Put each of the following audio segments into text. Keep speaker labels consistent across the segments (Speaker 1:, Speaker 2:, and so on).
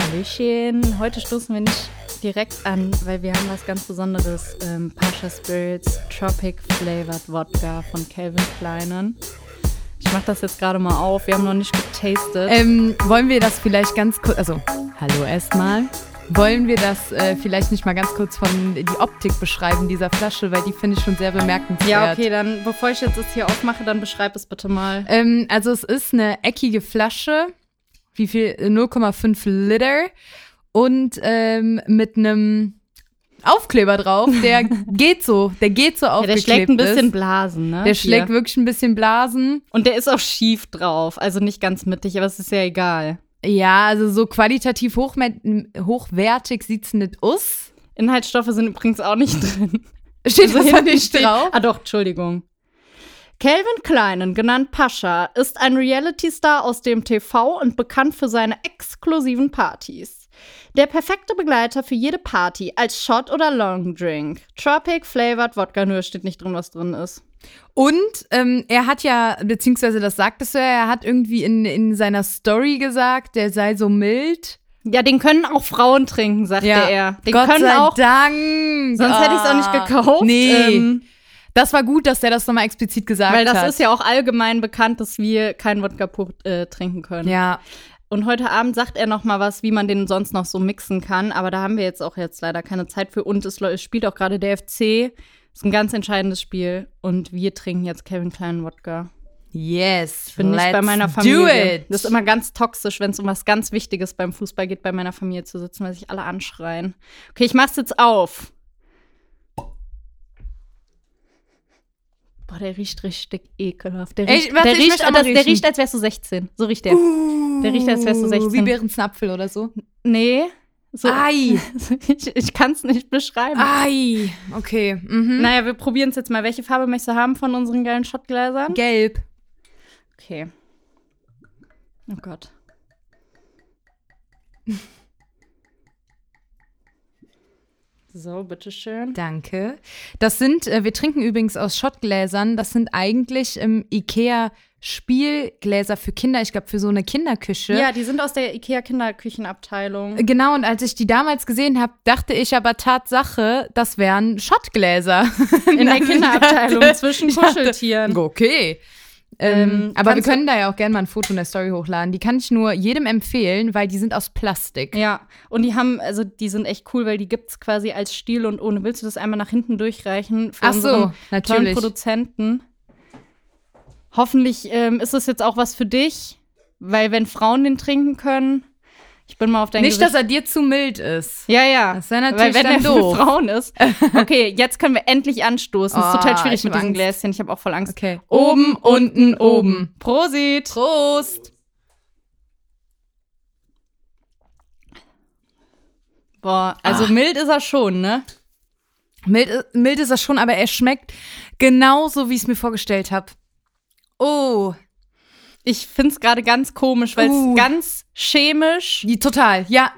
Speaker 1: Hallöchen. Heute stoßen wir nicht direkt an, weil wir haben was ganz Besonderes. Ähm, Pasha Spirits Tropic Flavored Wodka von Calvin Kleinen. Ich mache das jetzt gerade mal auf. Wir haben noch nicht getastet.
Speaker 2: Ähm, wollen wir das vielleicht ganz kurz, also hallo erstmal. Wollen wir das äh, vielleicht nicht mal ganz kurz von die Optik beschreiben dieser Flasche, weil die finde ich schon sehr bemerkenswert.
Speaker 1: ja, okay, dann bevor ich jetzt das hier aufmache, dann beschreib es bitte mal.
Speaker 2: Ähm, also es ist eine eckige Flasche, wie viel 0,5 Liter und ähm, mit einem Aufkleber drauf, der geht so, der geht so
Speaker 1: Ja, der
Speaker 2: aufgeklebt
Speaker 1: schlägt ein bisschen
Speaker 2: ist.
Speaker 1: Blasen, ne?
Speaker 2: Der
Speaker 1: Hier.
Speaker 2: schlägt wirklich ein bisschen Blasen.
Speaker 1: Und der ist auch schief drauf, also nicht ganz mittig, aber es ist ja egal.
Speaker 2: Ja, also so qualitativ hochme- hochwertig sieht's nicht aus.
Speaker 1: Inhaltsstoffe sind übrigens auch nicht drin.
Speaker 2: Also Steht das da
Speaker 1: hinten
Speaker 2: nicht
Speaker 1: steht-
Speaker 2: drauf?
Speaker 1: Ah doch, Entschuldigung. Calvin Kleinen, genannt Pascha, ist ein Reality-Star aus dem TV und bekannt für seine exklusiven Partys. Der perfekte Begleiter für jede Party als Shot oder Long Drink. Tropic Flavored Wodka, nur steht nicht drin, was drin ist.
Speaker 2: Und ähm, er hat ja, beziehungsweise das sagtest du ja, er hat irgendwie in, in seiner Story gesagt, der sei so mild.
Speaker 1: Ja, den können auch Frauen trinken, sagte er. Den
Speaker 2: Gott
Speaker 1: können
Speaker 2: sei
Speaker 1: auch.
Speaker 2: Dank.
Speaker 1: Sonst hätte ich es auch nicht
Speaker 2: Ah.
Speaker 1: gekauft.
Speaker 2: Nee.
Speaker 1: Ähm,
Speaker 2: das war gut, dass der das nochmal explizit gesagt
Speaker 1: Weil das
Speaker 2: hat.
Speaker 1: ist ja auch allgemein bekannt, dass wir keinen Wodka pur äh, trinken können.
Speaker 2: ja.
Speaker 1: Und heute Abend sagt er noch mal was, wie man den sonst noch so mixen kann. Aber da haben wir jetzt auch jetzt leider keine Zeit für. Und es, lo- es spielt auch gerade der FC. Ist ein ganz entscheidendes Spiel. Und wir trinken jetzt Kevin Kleinen Wodka.
Speaker 2: Yes.
Speaker 1: Ich bin
Speaker 2: let's
Speaker 1: nicht bei meiner
Speaker 2: Do
Speaker 1: Familie.
Speaker 2: it.
Speaker 1: Das ist immer ganz toxisch, wenn es um was ganz Wichtiges beim Fußball geht, bei meiner Familie zu sitzen, weil sich alle anschreien. Okay, ich mach's jetzt auf. Boah, der riecht richtig ekelhaft. Der
Speaker 2: Ey,
Speaker 1: riecht,
Speaker 2: warte,
Speaker 1: der,
Speaker 2: ich
Speaker 1: riecht,
Speaker 2: möchte auch mal
Speaker 1: das, der
Speaker 2: riechen. Uh.
Speaker 1: riecht, als wärst du 16. So riecht der. Der riecht, als wärst du 16.
Speaker 2: Wie Bärensnapfel oder so.
Speaker 1: Nee. So,
Speaker 2: Ei.
Speaker 1: ich ich kann es nicht beschreiben.
Speaker 2: Ah, Ei. Okay. Mhm.
Speaker 1: Naja, wir probieren es jetzt mal. Welche Farbe möchtest du haben von unseren geilen Schottgläsern?
Speaker 2: Gelb.
Speaker 1: Okay. Oh Gott. So, bitteschön.
Speaker 2: Danke. Das sind, äh, wir trinken übrigens aus Schottgläsern. Das sind eigentlich ähm, Ikea-Spielgläser für Kinder. Ich glaube, für so eine Kinderküche.
Speaker 1: Ja, die sind aus der IKEA-Kinderküchenabteilung.
Speaker 2: Genau, und als ich die damals gesehen habe, dachte ich aber Tatsache, das wären Schottgläser.
Speaker 1: In der
Speaker 2: Also ich
Speaker 1: Kinderabteilung
Speaker 2: dachte-
Speaker 1: zwischen
Speaker 2: ich dachte,
Speaker 1: Kuscheltieren.
Speaker 2: Okay. Ähm,
Speaker 1: Ähm,
Speaker 2: aber wir
Speaker 1: kannst du-
Speaker 2: können da ja auch gerne mal ein Foto in der Story hochladen. Die kann ich nur jedem empfehlen, weil die sind aus Plastik.
Speaker 1: Ja, und die haben, also die sind echt cool, weil die gibt's quasi als Stiel und ohne. Willst du das einmal nach hinten durchreichen für
Speaker 2: Ach so,
Speaker 1: unseren tollen
Speaker 2: natürlich.
Speaker 1: Produzenten? Hoffentlich ähm, ist das jetzt auch was für dich, weil wenn Frauen den trinken können, ich bin mal auf dein
Speaker 2: Nicht, dass
Speaker 1: Gesicht.
Speaker 2: er dir zu mild ist.
Speaker 1: ja, ja.
Speaker 2: Das wär natürlich
Speaker 1: Weil wenn
Speaker 2: dann
Speaker 1: er
Speaker 2: doof.
Speaker 1: für Frauen ist. Okay, jetzt können wir endlich anstoßen. ist
Speaker 2: Oh,
Speaker 1: total schwierig
Speaker 2: ich
Speaker 1: mit
Speaker 2: hab
Speaker 1: diesen
Speaker 2: Angst.
Speaker 1: Gläschen. Ich habe auch voll Angst.
Speaker 2: Okay.
Speaker 1: Oben, unten, oben.
Speaker 2: oben.
Speaker 1: Prosit.
Speaker 2: Prost!
Speaker 1: Boah,
Speaker 2: Ah.
Speaker 1: also mild ist er schon, ne?
Speaker 2: Mild, i- mild ist er schon, aber er schmeckt genauso, wie ich es mir vorgestellt habe. Oh,
Speaker 1: Ich find's gerade ganz komisch, weil es
Speaker 2: Uh.
Speaker 1: ganz chemisch
Speaker 2: die, total. Ja,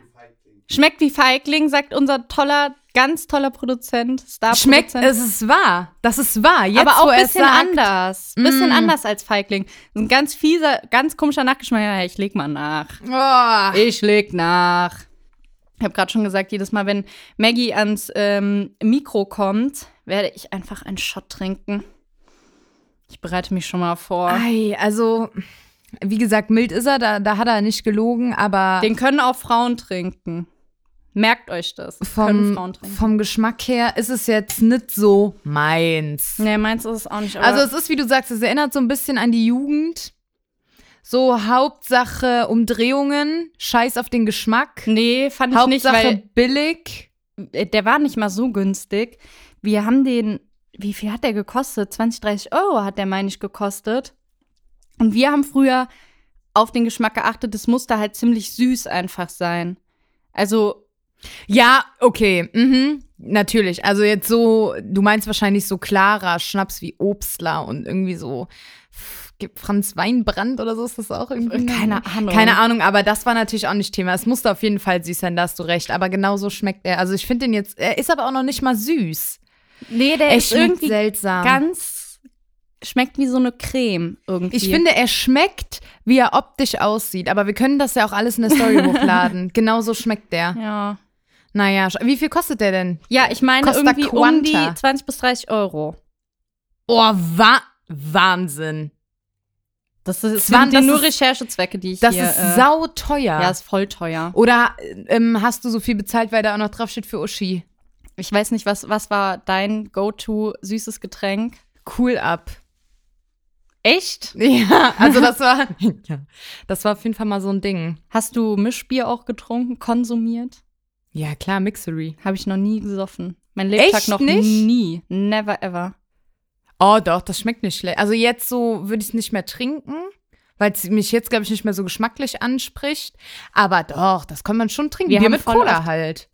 Speaker 1: schmeckt wie Feigling, sagt unser toller, ganz toller Produzent, Star
Speaker 2: schmeckt, äh, es ist wahr. Das ist wahr. Jetzt,
Speaker 1: aber auch
Speaker 2: wo
Speaker 1: ein
Speaker 2: er es
Speaker 1: bisschen
Speaker 2: sagt,
Speaker 1: anders. Bisschen
Speaker 2: Mm.
Speaker 1: anders als Feigling. Ein ganz fieser, ganz komischer Nachgeschmack. Ja, ich leg mal nach.
Speaker 2: Oh.
Speaker 1: Ich leg nach. Ich habe gerade schon gesagt, jedes Mal, wenn Maggie ans ähm, Mikro kommt, werde ich einfach einen Shot trinken. Ich bereite mich schon mal vor.
Speaker 2: Ei, also, wie gesagt, mild ist er, da, da hat er nicht gelogen, aber
Speaker 1: Den können auch Frauen trinken. Merkt euch das. können Frauen
Speaker 2: vom,
Speaker 1: trinken.
Speaker 2: vom Geschmack her ist es jetzt nicht so meins.
Speaker 1: Nee, meins ist es auch nicht. Aber
Speaker 2: Also, es ist, wie du sagst, es erinnert so ein bisschen an die Jugend. So Hauptsache Umdrehungen, Scheiß auf den Geschmack.
Speaker 1: nee, fand ich nicht,
Speaker 2: Hauptsache
Speaker 1: weil
Speaker 2: billig.
Speaker 1: äh, der war nicht mal so günstig. Wir haben den, wie viel hat der gekostet? 20, 30 Euro hat der, meine ich, gekostet. Und wir haben früher auf den Geschmack geachtet, es musste halt ziemlich süß einfach sein. Also,
Speaker 2: Ja, okay. Mhm. Natürlich. Also jetzt so, du meinst wahrscheinlich so klarer Schnaps wie Obstler und irgendwie so f- gibt Franz Weinbrand oder so ist das auch irgendwie.
Speaker 1: äh, Keine Ahnung.
Speaker 2: Mhm. Keine Ahnung, aber das war natürlich auch nicht Thema. Es musste auf jeden Fall süß sein, da hast du recht. Aber genau so schmeckt er. Also ich finde den jetzt, er ist aber auch noch nicht mal süß.
Speaker 1: nee, der
Speaker 2: Er
Speaker 1: ist
Speaker 2: schmeckt
Speaker 1: irgendwie
Speaker 2: seltsam.
Speaker 1: ganz schmeckt wie so eine Creme irgendwie.
Speaker 2: Ich finde, er schmeckt, wie er optisch aussieht. Aber wir können das ja auch alles in der Story hochladen. Genauso schmeckt der.
Speaker 1: Ja.
Speaker 2: Naja, sch- wie viel kostet der denn?
Speaker 1: Ja, ich meine
Speaker 2: Costa
Speaker 1: irgendwie um
Speaker 2: Quanta.
Speaker 1: die 20 bis 30 Euro.
Speaker 2: Oh, wa Wahnsinn.
Speaker 1: Das ist,
Speaker 2: Swan,
Speaker 1: sind die
Speaker 2: das
Speaker 1: nur
Speaker 2: ist-
Speaker 1: Recherchezwecke, die ich
Speaker 2: Das
Speaker 1: hier. äh,
Speaker 2: ist sauteuer.
Speaker 1: ja, ist voll teuer.
Speaker 2: Oder ähm, hast du so viel bezahlt, weil da auch noch drauf steht für Uschi?
Speaker 1: Ich weiß nicht, was, was war dein Go-To süßes Getränk?
Speaker 2: Cool ab.
Speaker 1: Echt?
Speaker 2: Ja, also das war, ja, das war auf jeden Fall mal so ein Ding.
Speaker 1: Hast du Mischbier auch getrunken, konsumiert?
Speaker 2: Ja, klar, Mixery.
Speaker 1: Habe ich noch nie gesoffen. Mein Lebtag
Speaker 2: Echt
Speaker 1: noch
Speaker 2: nicht?
Speaker 1: nie. Never ever.
Speaker 2: Oh, doch, das schmeckt nicht schlecht. Also jetzt so würde ich es nicht mehr trinken, weil es mich jetzt, glaube ich, nicht mehr so geschmacklich anspricht. Aber doch, das kann man schon trinken.
Speaker 1: Wir
Speaker 2: Bier
Speaker 1: haben
Speaker 2: mit
Speaker 1: voll
Speaker 2: Cola
Speaker 1: oft-
Speaker 2: halt.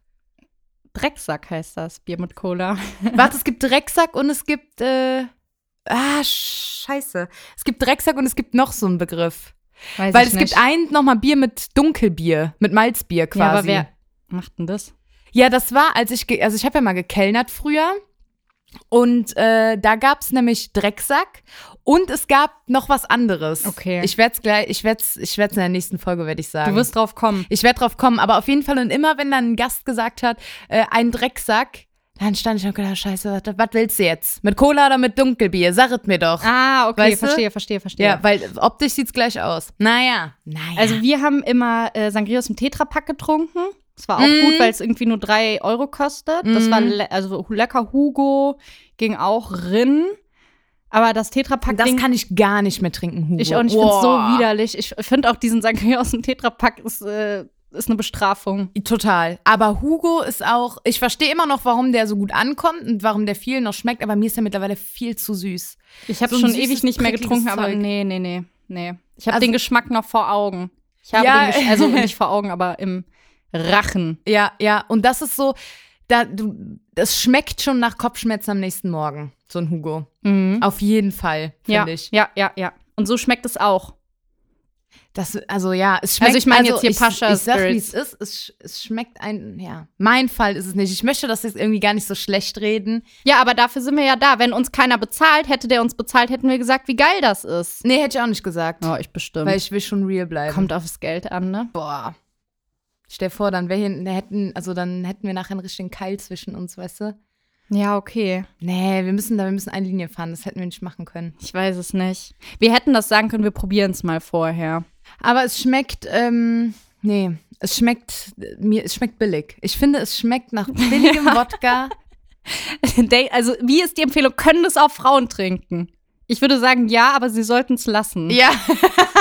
Speaker 1: Drecksack heißt das, Bier mit Cola.
Speaker 2: Warte, es gibt Drecksack und es gibt, äh, ah, scheiße. Es gibt Drecksack und es gibt noch so einen Begriff.
Speaker 1: Weiß
Speaker 2: weil
Speaker 1: ich
Speaker 2: es
Speaker 1: nicht.
Speaker 2: gibt ein nochmal Bier mit Dunkelbier, mit Malzbier quasi.
Speaker 1: Ja, aber wer macht denn das?
Speaker 2: Ja, das war, als ich, ge- also ich habe ja mal gekellnert früher. Und äh, da gab's nämlich Drecksack und es gab noch was anderes.
Speaker 1: Okay.
Speaker 2: Ich werd's gleich, ich werd's, ich werd's in der nächsten Folge, werde ich sagen.
Speaker 1: Du wirst drauf kommen.
Speaker 2: ich werd drauf kommen, aber auf jeden Fall und immer, wenn dann ein Gast gesagt hat, äh, ein Drecksack, dann stand ich und gedacht, scheiße, was, was willst du jetzt? Mit Cola oder mit Dunkelbier? Saget mir doch.
Speaker 1: Ah, okay,
Speaker 2: Weißt du?
Speaker 1: verstehe, verstehe, verstehe.
Speaker 2: ja, weil optisch sieht's gleich aus. Naja, naja.
Speaker 1: Also wir haben immer äh, Sangria aus dem Tetrapack getrunken. Das war auch
Speaker 2: Mm.
Speaker 1: gut, weil es irgendwie nur drei Euro kostet. Das
Speaker 2: Mm.
Speaker 1: war le also lecker Hugo, ging auch Rinn. Aber das Tetrapack
Speaker 2: das
Speaker 1: Ding
Speaker 2: kann ich gar nicht mehr trinken, Hugo.
Speaker 1: ich auch nicht. Ich finde es so
Speaker 2: Boah.
Speaker 1: widerlich. Ich finde auch diesen Sangria aus dem Tetrapack ist, äh, ist eine Bestrafung.
Speaker 2: Total. Aber Hugo ist auch, ich verstehe immer noch, warum der so gut ankommt und warum der vielen noch schmeckt, aber mir ist er mittlerweile viel zu süß.
Speaker 1: Ich habe
Speaker 2: So ein
Speaker 1: schon
Speaker 2: süßes,
Speaker 1: ewig nicht mehr
Speaker 2: prickliges
Speaker 1: getrunken, aber
Speaker 2: Zeug.
Speaker 1: nee, nee, nee, nee. Ich habe
Speaker 2: Also-
Speaker 1: den Geschmack noch vor Augen. Ich habe
Speaker 2: Ja.
Speaker 1: den Gesch also nicht vor Augen, aber im Rachen.
Speaker 2: Ja, ja. Und das ist so, da, du, das schmeckt schon nach Kopfschmerzen am nächsten Morgen, so ein Hugo.
Speaker 1: Mhm.
Speaker 2: Auf jeden Fall, finde
Speaker 1: Ja,
Speaker 2: ich.
Speaker 1: ja, ja, ja. Und so schmeckt es auch.
Speaker 2: Das, also ja, es schmeckt.
Speaker 1: Also ich meine jetzt hier
Speaker 2: ich,
Speaker 1: Pascha
Speaker 2: Ich sag, wie
Speaker 1: Spirits.
Speaker 2: es ist, es, sch- es schmeckt ein, ja. Mein Fall ist es nicht. Ich möchte das jetzt irgendwie gar nicht so schlecht reden.
Speaker 1: Ja, aber dafür sind wir ja da. Wenn uns keiner bezahlt, hätte der uns bezahlt, hätten wir gesagt, wie geil das ist.
Speaker 2: Nee, hätte ich auch nicht gesagt.
Speaker 1: Oh, ich bestimmt.
Speaker 2: Weil ich will schon real bleiben.
Speaker 1: Kommt aufs Geld an, ne?
Speaker 2: Boah. Stell dir vor, dann, wär hier, da hätten, also dann hätten wir nachher einen richtigen Keil zwischen uns, weißt du?
Speaker 1: Ja, okay.
Speaker 2: Nee, wir müssen da, wir müssen eine Linie fahren, das hätten wir nicht machen können.
Speaker 1: Ich weiß es nicht. Wir hätten das sagen können, wir probieren es mal vorher.
Speaker 2: Aber es schmeckt, ähm, nee, es schmeckt äh, mir, es schmeckt billig. Ich finde, es schmeckt nach billigem Wodka.
Speaker 1: They- also, wie ist die Empfehlung? Können das auch Frauen trinken? Ich würde sagen, ja, aber sie sollten es lassen.
Speaker 2: Ja,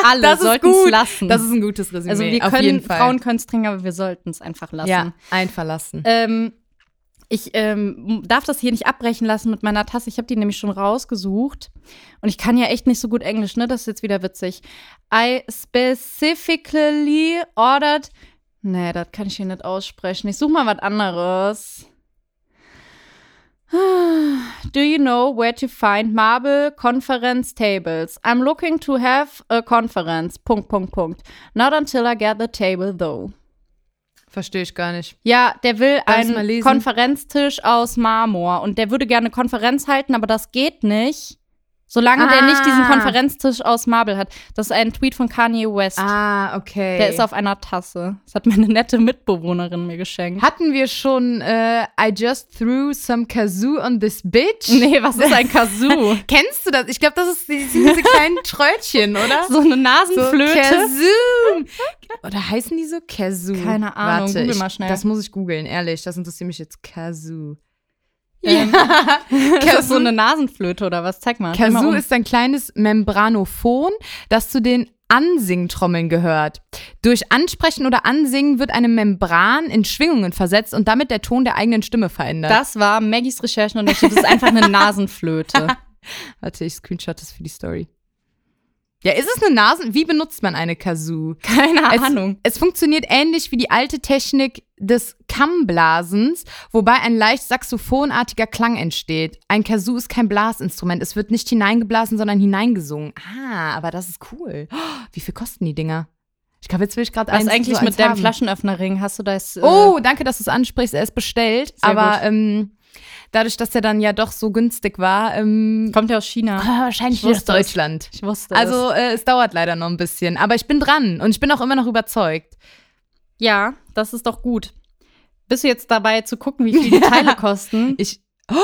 Speaker 1: Alle
Speaker 2: das ist
Speaker 1: sollten
Speaker 2: gut.
Speaker 1: es lassen.
Speaker 2: Das ist ein gutes Resümee.
Speaker 1: also, wir
Speaker 2: auf
Speaker 1: können,
Speaker 2: jeden Fall.
Speaker 1: Frauen können es trinken, aber wir sollten es einfach lassen.
Speaker 2: ja, einverlassen.
Speaker 1: Ähm, ich ähm, darf das hier nicht abbrechen lassen mit meiner Tasse. Ich habe die nämlich schon rausgesucht. Und ich kann ja echt nicht so gut Englisch, ne? Das ist jetzt wieder witzig. I specifically ordered. Nee, das kann ich hier nicht aussprechen. Ich suche mal was anderes. Do you know where to find marble conference tables? I'm looking to have a conference. Punkt, Punkt, Punkt. Not until I get the table though.
Speaker 2: Verstehe ich gar nicht.
Speaker 1: Ja, der will
Speaker 2: Darf ich's mal
Speaker 1: einen
Speaker 2: lesen?
Speaker 1: Konferenztisch aus Marmor und der würde gerne eine Konferenz halten, aber das geht nicht, solange der nicht diesen
Speaker 2: Ah.
Speaker 1: Konferenztisch aus Marble hat. Das ist ein Tweet von Kanye West.
Speaker 2: Ah, okay.
Speaker 1: Der ist auf einer Tasse. Das hat meine nette Mitbewohnerin mir geschenkt.
Speaker 2: Hatten wir schon äh, I just threw some kazoo on this bitch?
Speaker 1: Nee, was ist ein Kazoo?
Speaker 2: Kennst du das? Ich glaube, das ist die, sind diese kleinen Trötchen, oder?
Speaker 1: so eine Nasenflöte?
Speaker 2: Kazoo. Oder heißen die so Kazoo?
Speaker 1: Keine Ahnung,
Speaker 2: Warte,
Speaker 1: google
Speaker 2: ich,
Speaker 1: mal schnell.
Speaker 2: Das muss ich googeln, ehrlich. Das interessiert mich jetzt. Kazoo.
Speaker 1: Ähm, ist das so
Speaker 2: Kazoo,
Speaker 1: eine Nasenflöte oder was? Zeig mal. dreh mal
Speaker 2: Kazoo
Speaker 1: um.
Speaker 2: ist ein kleines Membranophon, das zu den Ansingtrommeln gehört. Durch Ansprechen oder Ansingen wird eine Membran in Schwingungen versetzt und damit der Ton der eigenen Stimme verändert.
Speaker 1: das war Maggies Recherchen und das ist einfach eine Nasenflöte.
Speaker 2: Warte, ich screenshot das für die Story. Ja, ist es eine Nasen? Wie benutzt man eine Kazoo?
Speaker 1: Keine
Speaker 2: Es,
Speaker 1: Ahnung.
Speaker 2: es funktioniert ähnlich wie die alte Technik des Kammblasens, wobei ein leicht saxophonartiger Klang entsteht. Ein Kazoo ist kein Blasinstrument. Es wird nicht hineingeblasen, sondern hineingesungen. Ah, aber das ist cool. Oh, wie viel kosten die Dinger? Ich glaube, jetzt will ich gerade
Speaker 1: Was
Speaker 2: eins
Speaker 1: eigentlich
Speaker 2: so eins
Speaker 1: mit deinem
Speaker 2: haben.
Speaker 1: Flaschenöffnerring? Hast du das? äh,
Speaker 2: Oh, danke, dass du es ansprichst. Er ist bestellt,
Speaker 1: Sehr
Speaker 2: aber
Speaker 1: gut.
Speaker 2: ähm, Dadurch, dass er dann ja doch so günstig war, ähm,
Speaker 1: Kommt ja aus China.
Speaker 2: ah, wahrscheinlich
Speaker 1: Ich wusste
Speaker 2: aus Deutschland.
Speaker 1: Ich wusste es.
Speaker 2: Also äh, es dauert leider noch ein bisschen, aber ich bin dran und ich bin auch immer noch überzeugt.
Speaker 1: Ja, das ist doch gut. Bist du jetzt dabei zu gucken, wie viel die Teile kosten?
Speaker 2: Ich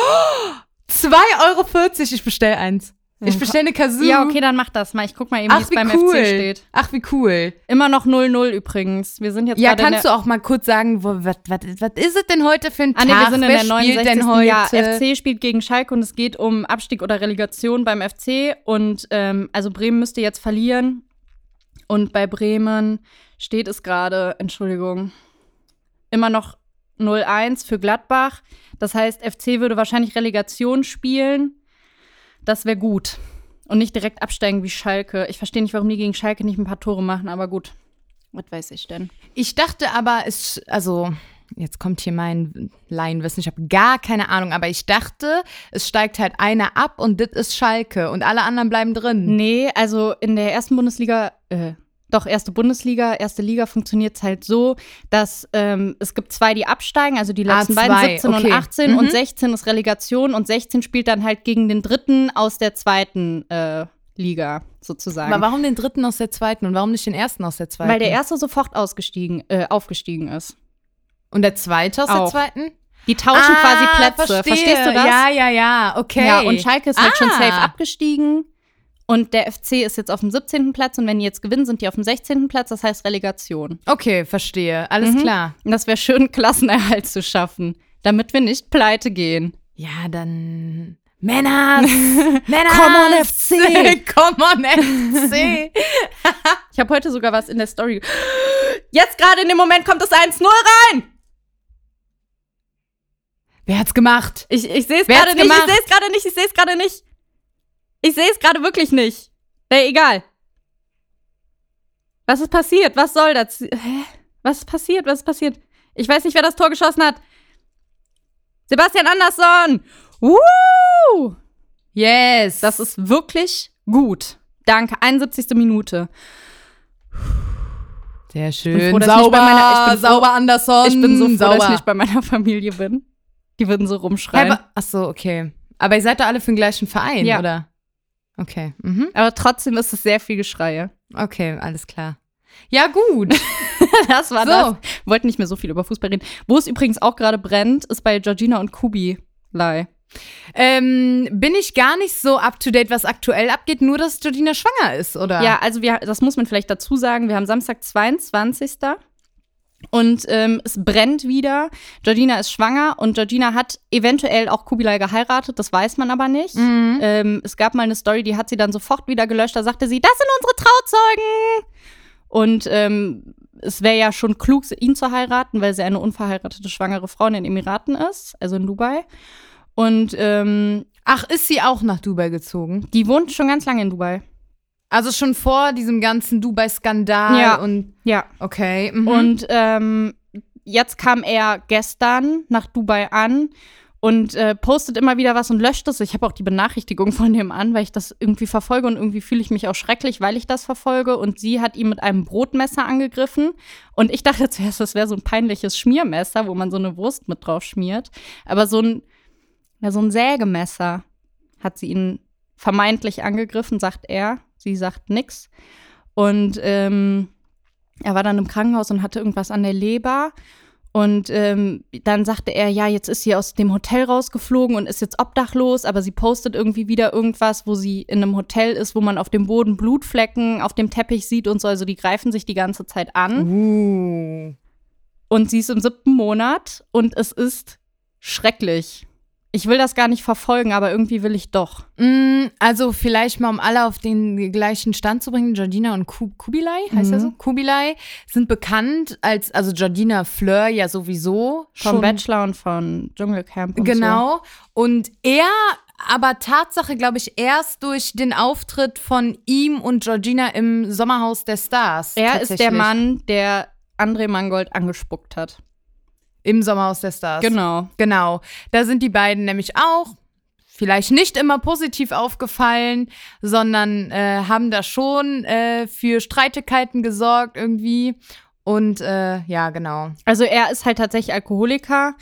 Speaker 2: oh, 2,40 Euro, ich bestell eins. Ich bestelle eine Kazoo.
Speaker 1: Ja, okay, dann mach das mal. Ich guck mal eben, wie
Speaker 2: Mhm. Ach,
Speaker 1: es
Speaker 2: wie
Speaker 1: beim
Speaker 2: cool.
Speaker 1: FC steht.
Speaker 2: Ach, wie cool.
Speaker 1: Immer noch 0-0 übrigens. Wir sind jetzt
Speaker 2: Ja,
Speaker 1: gerade in der,
Speaker 2: kannst du auch mal kurz sagen, wo- was was- was ist es denn heute für ein
Speaker 1: Ah,
Speaker 2: Tag?
Speaker 1: nee, wir sind in
Speaker 2: Wer
Speaker 1: der 69.
Speaker 2: spielt denn heute?
Speaker 1: Ja, FC spielt gegen Schalke und es geht um Abstieg oder Relegation beim FC. Und ähm, also Bremen müsste jetzt verlieren. Und bei Bremen steht es gerade, Entschuldigung, immer noch 0-1 für Gladbach. Das heißt, FC würde wahrscheinlich Relegation spielen. Das wäre gut. Und nicht direkt absteigen wie Schalke. Ich verstehe nicht, warum die gegen Schalke nicht ein paar Tore machen, aber gut. Was weiß ich denn?
Speaker 2: Ich dachte aber, es, also, jetzt kommt hier mein Laienwissen, ich habe gar keine Ahnung, aber ich dachte, es steigt halt einer ab und das ist Schalke und alle anderen bleiben drin.
Speaker 1: Nee, also in der ersten Bundesliga, äh, doch, erste Bundesliga, erste Liga funktioniert es halt so, dass ähm, es gibt zwei, die absteigen, also die
Speaker 2: Ah,
Speaker 1: letzten beiden,
Speaker 2: zwei,
Speaker 1: 17 und
Speaker 2: okay.
Speaker 1: 18
Speaker 2: Mhm.
Speaker 1: und 16 ist Relegation und 16 spielt dann halt gegen den dritten aus der zweiten äh, Liga sozusagen.
Speaker 2: Aber warum den dritten aus der zweiten und warum nicht den ersten aus der zweiten?
Speaker 1: Weil der erste sofort ausgestiegen, äh, aufgestiegen ist.
Speaker 2: und der zweite aus der
Speaker 1: Auch.
Speaker 2: zweiten?
Speaker 1: Die tauschen
Speaker 2: Ah,
Speaker 1: quasi Plätze.
Speaker 2: verstehe.
Speaker 1: Verstehst du das?
Speaker 2: Ja, ja, ja, okay.
Speaker 1: Ja, und Schalke ist halt schon
Speaker 2: Ah.
Speaker 1: safe abgestiegen. Und der FC ist jetzt auf dem 17. Platz und wenn die jetzt gewinnen, sind die auf dem 16. Platz, das heißt Relegation.
Speaker 2: Okay, verstehe. Alles
Speaker 1: Mhm.
Speaker 2: klar.
Speaker 1: Und Das wäre schön, Klassenerhalt zu schaffen, damit wir nicht pleite gehen.
Speaker 2: Ja, dann. Männers! Männers!
Speaker 1: Come on, FC.
Speaker 2: Come on FC!
Speaker 1: Ich habe heute sogar was in der Story. Jetzt gerade in dem Moment kommt das 1-0 rein.
Speaker 2: Wer hat's gemacht?
Speaker 1: Ich, ich sehe es
Speaker 2: Wer hat's
Speaker 1: gerade nicht.
Speaker 2: gemacht?
Speaker 1: Ich sehe es gerade nicht. Ich sehe es gerade nicht. Ich sehe es gerade wirklich nicht. Äh, egal. Was ist passiert? Was soll das? Hä? Was ist passiert? Was ist passiert? Ich weiß nicht, wer das Tor geschossen hat. Sebastian Andersson. Woo!
Speaker 2: Yes!
Speaker 1: Das ist wirklich gut. Danke. 71. Minute.
Speaker 2: Sehr
Speaker 1: bin
Speaker 2: schön.
Speaker 1: froh, dass ich nicht
Speaker 2: sauber,
Speaker 1: bei meiner- ich bin froh-
Speaker 2: sauber Anderson.
Speaker 1: Ich bin so froh,
Speaker 2: sauber.
Speaker 1: dass ich nicht bei meiner Familie bin. Die würden so rumschreien.
Speaker 2: Hä, wa- Ach so, okay. Aber ihr seid doch alle für den gleichen Verein,
Speaker 1: Ja.
Speaker 2: oder? Okay. Mhm.
Speaker 1: aber trotzdem ist es sehr viel Geschreie.
Speaker 2: Okay, alles klar. Ja, gut.
Speaker 1: Das war
Speaker 2: So.
Speaker 1: das. Wollten nicht mehr so viel über Fußball reden. Wo es übrigens auch gerade brennt, ist bei Georgina und Kubi. Lai.
Speaker 2: ähm, bin ich gar nicht so up to date, was aktuell abgeht, nur dass Jordina schwanger ist, oder?
Speaker 1: Ja, also wir, das muss man vielleicht dazu sagen. Wir haben Samstag 22. Und ähm, es brennt wieder. Georgina ist schwanger und Georgina hat eventuell auch Kubilai geheiratet, das weiß man aber nicht.
Speaker 2: Mhm.
Speaker 1: Ähm, es gab mal eine Story, die hat sie dann sofort wieder gelöscht. Da sagte sie, das sind unsere Trauzeugen. Und ähm, es wäre ja schon klug, ihn zu heiraten, weil sie eine unverheiratete schwangere Frau in den Emiraten ist, also in Dubai. Und ähm,
Speaker 2: Ach, ist sie auch nach Dubai gezogen?
Speaker 1: die wohnt schon ganz lange in Dubai.
Speaker 2: Also schon vor diesem ganzen Dubai-Skandal
Speaker 1: Ja.
Speaker 2: und
Speaker 1: Ja.
Speaker 2: okay. Mhm.
Speaker 1: Und ähm, jetzt kam er gestern nach Dubai an und äh, postet immer wieder was und löscht es. Ich habe auch die Benachrichtigung von dem an, weil ich das irgendwie verfolge und irgendwie fühle ich mich auch schrecklich, weil ich das verfolge. Und sie hat ihn mit einem Brotmesser angegriffen. Und ich dachte zuerst, das wäre so ein peinliches Schmiermesser, wo man so eine Wurst mit drauf schmiert. Aber so ein, ja, so ein Sägemesser hat sie ihn vermeintlich angegriffen, sagt er. Sie sagt nix. Und ähm, er war dann im Krankenhaus und hatte irgendwas an der Leber. Und ähm, dann sagte er, ja, jetzt ist sie aus dem Hotel rausgeflogen und ist jetzt obdachlos, aber sie postet irgendwie wieder irgendwas, wo sie in einem Hotel ist, wo man auf dem Boden Blutflecken auf dem Teppich sieht und so. Also die greifen sich die ganze Zeit
Speaker 2: Mhm.
Speaker 1: an.
Speaker 2: Uh.
Speaker 1: Und sie ist im siebten Monat und es ist schrecklich. Ich will das gar nicht verfolgen, aber irgendwie will ich doch.
Speaker 2: Mm, Also vielleicht mal, um alle auf den gleichen Stand zu bringen, Jordina und Ku Kubilai, heißt
Speaker 1: Mhm.
Speaker 2: er so? Kubilai sind bekannt als, also Jordina Fleur ja sowieso
Speaker 1: Vom
Speaker 2: schon.
Speaker 1: Bachelor und von Dschungelcamp. Und
Speaker 2: Genau. Und er, aber Tatsache, glaube ich, erst durch den Auftritt von ihm und Georgina im Sommerhaus der Stars.
Speaker 1: So. Er ist der
Speaker 2: tatsächlich.
Speaker 1: Mann, der André Mangold angespuckt hat.
Speaker 2: Im Sommerhaus der Stars.
Speaker 1: Genau.
Speaker 2: Genau, da sind die beiden nämlich auch vielleicht nicht immer positiv aufgefallen, sondern äh, haben da schon äh, für Streitigkeiten gesorgt irgendwie. Und äh, ja, genau.
Speaker 1: Also er ist halt tatsächlich Alkoholiker.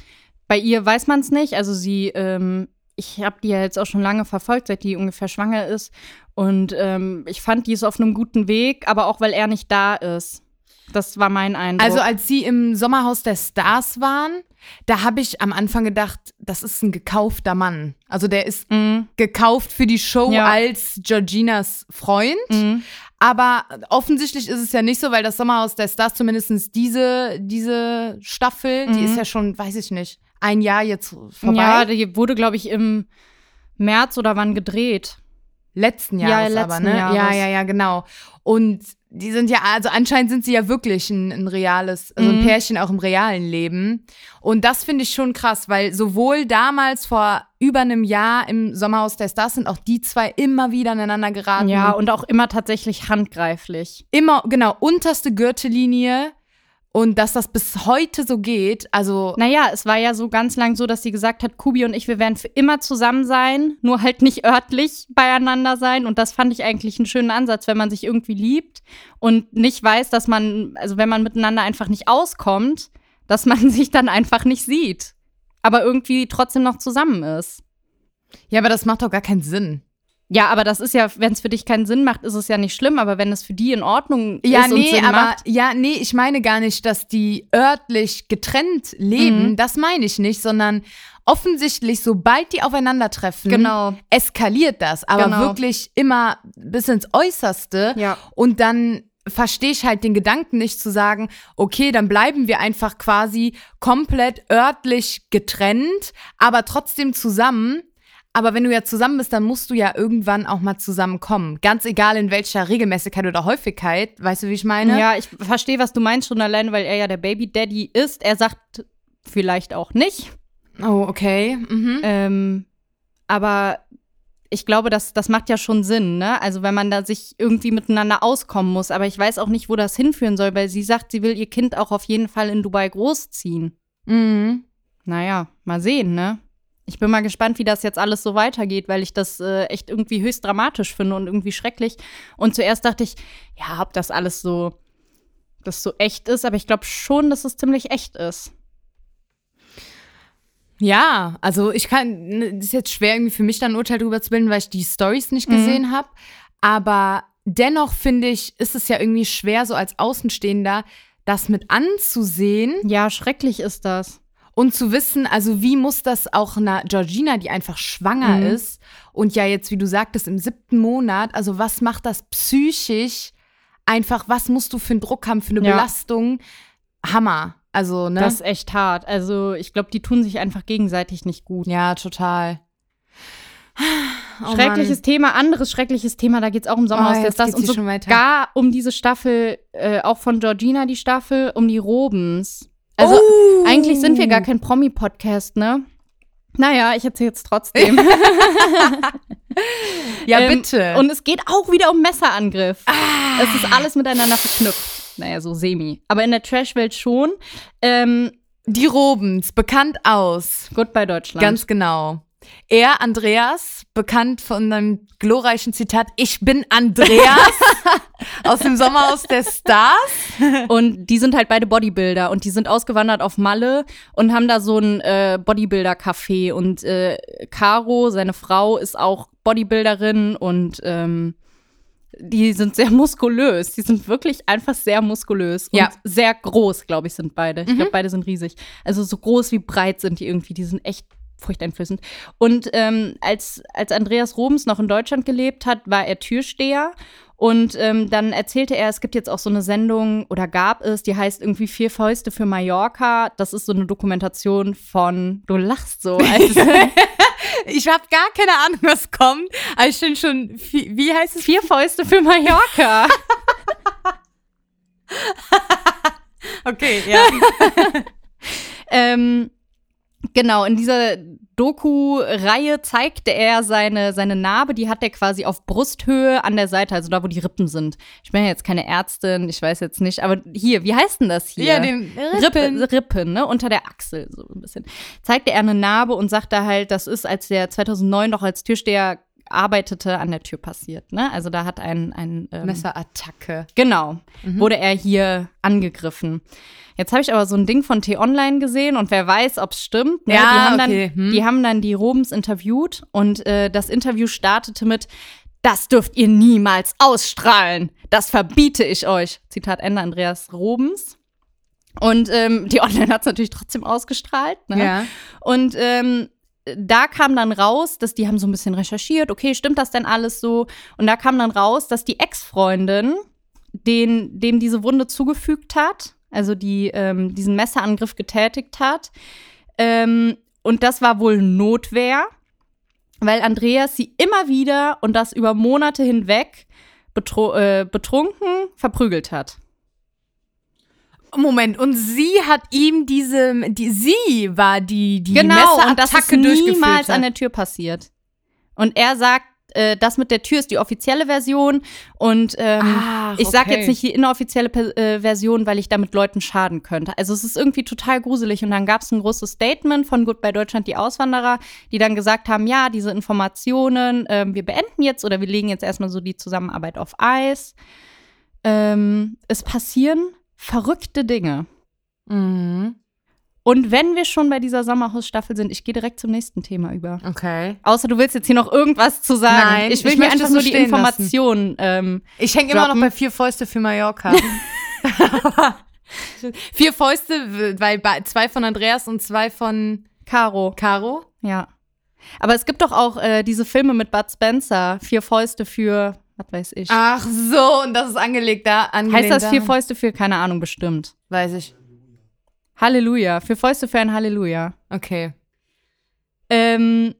Speaker 1: Bei ihr weiß man es nicht. Also sie, ähm, ich habe die ja jetzt auch schon lange verfolgt, seit die ungefähr schwanger ist. Und ähm, ich fand, die ist auf einem guten Weg, aber auch weil er nicht da ist. Das war mein Eindruck.
Speaker 2: Also als sie im Sommerhaus der Stars waren, da habe ich am Anfang gedacht, das ist ein gekaufter Mann. Also der ist
Speaker 1: Mhm.
Speaker 2: gekauft für die Show
Speaker 1: Ja.
Speaker 2: als Georginas Freund.
Speaker 1: Mhm.
Speaker 2: Aber offensichtlich ist es ja nicht so, weil das Sommerhaus der Stars zumindest diese, diese Staffel, die
Speaker 1: Mhm.
Speaker 2: ist ja schon, weiß ich nicht, ein Jahr jetzt vorbei.
Speaker 1: Ja, die wurde, glaube ich, im März oder wann gedreht.
Speaker 2: letzten
Speaker 1: Ja,
Speaker 2: Jahres
Speaker 1: letzten
Speaker 2: aber, ne? Ja,
Speaker 1: Jahres.
Speaker 2: ja, ja, genau. Und die sind ja, also anscheinend sind sie ja wirklich ein, ein reales, also ein
Speaker 1: Mhm.
Speaker 2: Pärchen auch im realen Leben. Und das finde ich schon krass, weil sowohl damals vor über einem Jahr im Sommerhaus der Stars sind auch die zwei immer wieder aneinander geraten.
Speaker 1: Ja, und auch immer tatsächlich handgreiflich.
Speaker 2: immer, genau, unterste Gürtellinie. Und dass das bis heute so geht, also
Speaker 1: Naja, es war ja so ganz lang so, dass sie gesagt hat, Kubi und ich, wir werden für immer zusammen sein, nur halt nicht örtlich beieinander sein. Und das fand ich eigentlich einen schönen Ansatz, wenn man sich irgendwie liebt und nicht weiß, dass man, also wenn man miteinander einfach nicht auskommt, dass man sich dann einfach nicht sieht, aber irgendwie trotzdem noch zusammen ist.
Speaker 2: ja, aber das macht doch gar keinen Sinn.
Speaker 1: Ja, aber das ist ja, wenn es für dich keinen Sinn macht, ist es ja nicht schlimm, aber wenn es für die in Ordnung
Speaker 2: Ja,
Speaker 1: ist und
Speaker 2: nee,
Speaker 1: Sinn
Speaker 2: aber
Speaker 1: macht,
Speaker 2: ja, nee, ich meine gar nicht, dass die örtlich getrennt leben,
Speaker 1: Mhm.
Speaker 2: das meine ich nicht, sondern offensichtlich, sobald die aufeinandertreffen,
Speaker 1: Genau.
Speaker 2: eskaliert das, aber
Speaker 1: Genau.
Speaker 2: wirklich immer bis ins Äußerste
Speaker 1: Ja.
Speaker 2: und dann verstehe ich halt den Gedanken nicht zu sagen, okay, dann bleiben wir einfach quasi komplett örtlich getrennt, aber trotzdem zusammen. Aber wenn du ja zusammen bist, dann musst du ja irgendwann auch mal zusammenkommen. Ganz egal in welcher Regelmäßigkeit oder Häufigkeit, weißt du, wie ich meine?
Speaker 1: Ja, ich verstehe, was du meinst, schon allein, weil er ja der Baby Daddy ist. Er sagt vielleicht auch nicht.
Speaker 2: Oh, okay. Mhm.
Speaker 1: Ähm, aber ich glaube, das, das macht ja schon Sinn, ne? Also wenn man da sich irgendwie miteinander auskommen muss. Aber ich weiß auch nicht, wo das hinführen soll, weil sie sagt, sie will ihr Kind auch auf jeden Fall in Dubai großziehen.
Speaker 2: Mhm.
Speaker 1: Naja, mal sehen, ne? Ich bin mal gespannt, wie das jetzt alles so weitergeht, weil ich das äh, echt irgendwie höchst dramatisch finde und irgendwie schrecklich. Und zuerst dachte ich, ja, ob das alles so, das so echt ist, aber ich glaube schon, dass es ziemlich echt ist.
Speaker 2: Ja, also ich kann, ne, das ist jetzt schwer irgendwie für mich dann ein Urteil drüber zu bilden, weil ich die Stories nicht
Speaker 1: Mhm.
Speaker 2: gesehen habe. Aber dennoch finde ich, ist es ja irgendwie schwer, so als Außenstehender das mit anzusehen
Speaker 1: Ja, schrecklich ist das.
Speaker 2: und zu wissen, also wie muss das auch einer Georgina, die einfach schwanger
Speaker 1: Mhm.
Speaker 2: ist und ja jetzt, wie du sagtest, im siebten Monat, also was macht das psychisch einfach, was musst du für einen Druck haben, für eine
Speaker 1: Ja.
Speaker 2: Belastung? Hammer. Also, ne?
Speaker 1: Das ist echt hart. Also ich glaube, die tun sich einfach gegenseitig nicht gut.
Speaker 2: Ja, total. Oh
Speaker 1: schreckliches Thema, anderes schreckliches Thema, da geht es auch um Sommerhaus
Speaker 2: Oh,
Speaker 1: der
Speaker 2: jetzt
Speaker 1: Stars
Speaker 2: geht's
Speaker 1: und
Speaker 2: hier schon weiter.
Speaker 1: sogar um diese Staffel, äh, auch von Georgina die Staffel, um die Robens.
Speaker 2: Mann.
Speaker 1: Also
Speaker 2: Oh.
Speaker 1: Eigentlich sind wir gar kein Promi-Podcast, ne? Naja, ich erzähle jetzt trotzdem.
Speaker 2: Ja,
Speaker 1: Ähm,
Speaker 2: bitte.
Speaker 1: Und es geht auch wieder um Messerangriff. Es ist alles miteinander verknüpft. Naja, so semi. Aber in der Trash-Welt schon. Ähm,
Speaker 2: die Robens, bekannt aus.
Speaker 1: gut bei Deutschland.
Speaker 2: Ganz genau. Er, Andreas, bekannt von einem glorreichen Zitat, ich bin Andreas aus dem Sommerhaus der Stars.
Speaker 1: und die sind halt beide Bodybuilder und die sind ausgewandert auf Malle und haben da so ein äh, Bodybuilder-Café. Und äh, Caro, seine Frau, ist auch Bodybuilderin und ähm, die sind sehr muskulös. Die sind wirklich einfach sehr muskulös
Speaker 2: Ja. Mhm.
Speaker 1: und sehr groß, glaube ich, sind beide. Ich glaube, beide sind riesig. Also so groß wie breit sind die irgendwie. Die sind echt furchteinflößend. Und ähm, als, als Andreas Robens noch in Deutschland gelebt hat, war er Türsteher. Und ähm, dann erzählte er, es gibt jetzt auch so eine Sendung oder gab es, die heißt irgendwie Vier Fäuste für Mallorca. Das ist so eine Dokumentation von, du lachst so. Also,
Speaker 2: Ich habe gar keine Ahnung, was kommt. Also ich bin schon, wie wie heißt es?
Speaker 1: Vier Fäuste für Mallorca.
Speaker 2: Okay, ja.
Speaker 1: Ähm, genau, in dieser Doku-Reihe zeigte er seine, seine Narbe, die hat er quasi auf Brusthöhe an der Seite, also da, wo die Rippen sind. Ich bin ja jetzt keine Ärztin, ich weiß jetzt nicht, aber hier, wie heißt denn das hier?
Speaker 2: ja, den Rippen.
Speaker 1: Rippen, Rippen, ne, unter der Achsel so ein bisschen. Zeigte er eine Narbe und sagte halt, das ist, als der 2009 noch als Türsteher arbeitete, an der Tür passiert. Ne? Also da hat ein, ein ähm,
Speaker 2: Messerattacke.
Speaker 1: Genau.
Speaker 2: Mhm.
Speaker 1: Wurde er hier angegriffen. Jetzt habe ich aber so ein Ding von T-Online gesehen und wer weiß, ob es stimmt. Ne?
Speaker 2: Ja,
Speaker 1: die, haben
Speaker 2: okay,
Speaker 1: dann,
Speaker 2: hm.
Speaker 1: die haben dann die Robens interviewt und äh, das Interview startete mit Das dürft ihr niemals ausstrahlen. Das verbiete ich euch. Zitat Ende Andreas Robens. Und ähm, die Online hat es natürlich trotzdem ausgestrahlt. Ne?
Speaker 2: Ja.
Speaker 1: Und ähm, da kam dann raus, dass die haben so ein bisschen recherchiert, okay, stimmt das denn alles so? Und da kam dann raus, dass die Ex-Freundin, den, dem diese Wunde zugefügt hat, also die ähm, diesen Messerangriff getätigt hat, ähm, und das war wohl Notwehr, weil Andreas sie immer wieder und das über Monate hinweg betro äh, betrunken verprügelt hat.
Speaker 2: Moment, und sie hat ihm diese, die, sie war die, die
Speaker 1: Genau,
Speaker 2: Messerattacke
Speaker 1: und das ist
Speaker 2: durchgeführt
Speaker 1: niemals
Speaker 2: hat.
Speaker 1: an der Tür passiert. Und er sagt, äh, das mit der Tür ist die offizielle Version und ähm,
Speaker 2: Ach,
Speaker 1: ich sage
Speaker 2: okay.
Speaker 1: jetzt nicht die inoffizielle Pe- äh, Version, weil ich damit Leuten schaden könnte. Also es ist irgendwie total gruselig und dann gab es ein großes Statement von Goodbye Deutschland, die Auswanderer, die dann gesagt haben, ja, diese Informationen, ähm, wir beenden jetzt oder wir legen jetzt erstmal so die Zusammenarbeit auf Eis. Ähm, es passieren verrückte Dinge.
Speaker 2: Mhm.
Speaker 1: Und wenn wir schon bei dieser Sommerhausstaffel sind, ich gehe direkt zum nächsten Thema über.
Speaker 2: Okay.
Speaker 1: Außer du willst jetzt hier noch irgendwas zu sagen.
Speaker 2: Nein,
Speaker 1: ich will
Speaker 2: ich
Speaker 1: mir
Speaker 2: möchte
Speaker 1: einfach
Speaker 2: es so
Speaker 1: nur die
Speaker 2: stehen lassen.
Speaker 1: Informationen. Ähm,
Speaker 2: Ich hänge immer noch
Speaker 1: Droppen.
Speaker 2: bei vier Fäuste für Mallorca. vier Fäuste, weil bei- zwei von Andreas und zwei von
Speaker 1: Caro.
Speaker 2: Caro.
Speaker 1: Ja. Aber es gibt doch auch äh, diese Filme mit Bud Spencer. Vier Fäuste für, was weiß ich.
Speaker 2: Ach so, und das ist angelegt da.
Speaker 1: heißt
Speaker 2: angelehnt
Speaker 1: das vier
Speaker 2: daran.
Speaker 1: Fäuste für? Keine Ahnung, bestimmt.
Speaker 2: Weiß ich.
Speaker 1: Halleluja. Vier Fäuste für ein Halleluja.
Speaker 2: Okay.
Speaker 1: Ähm,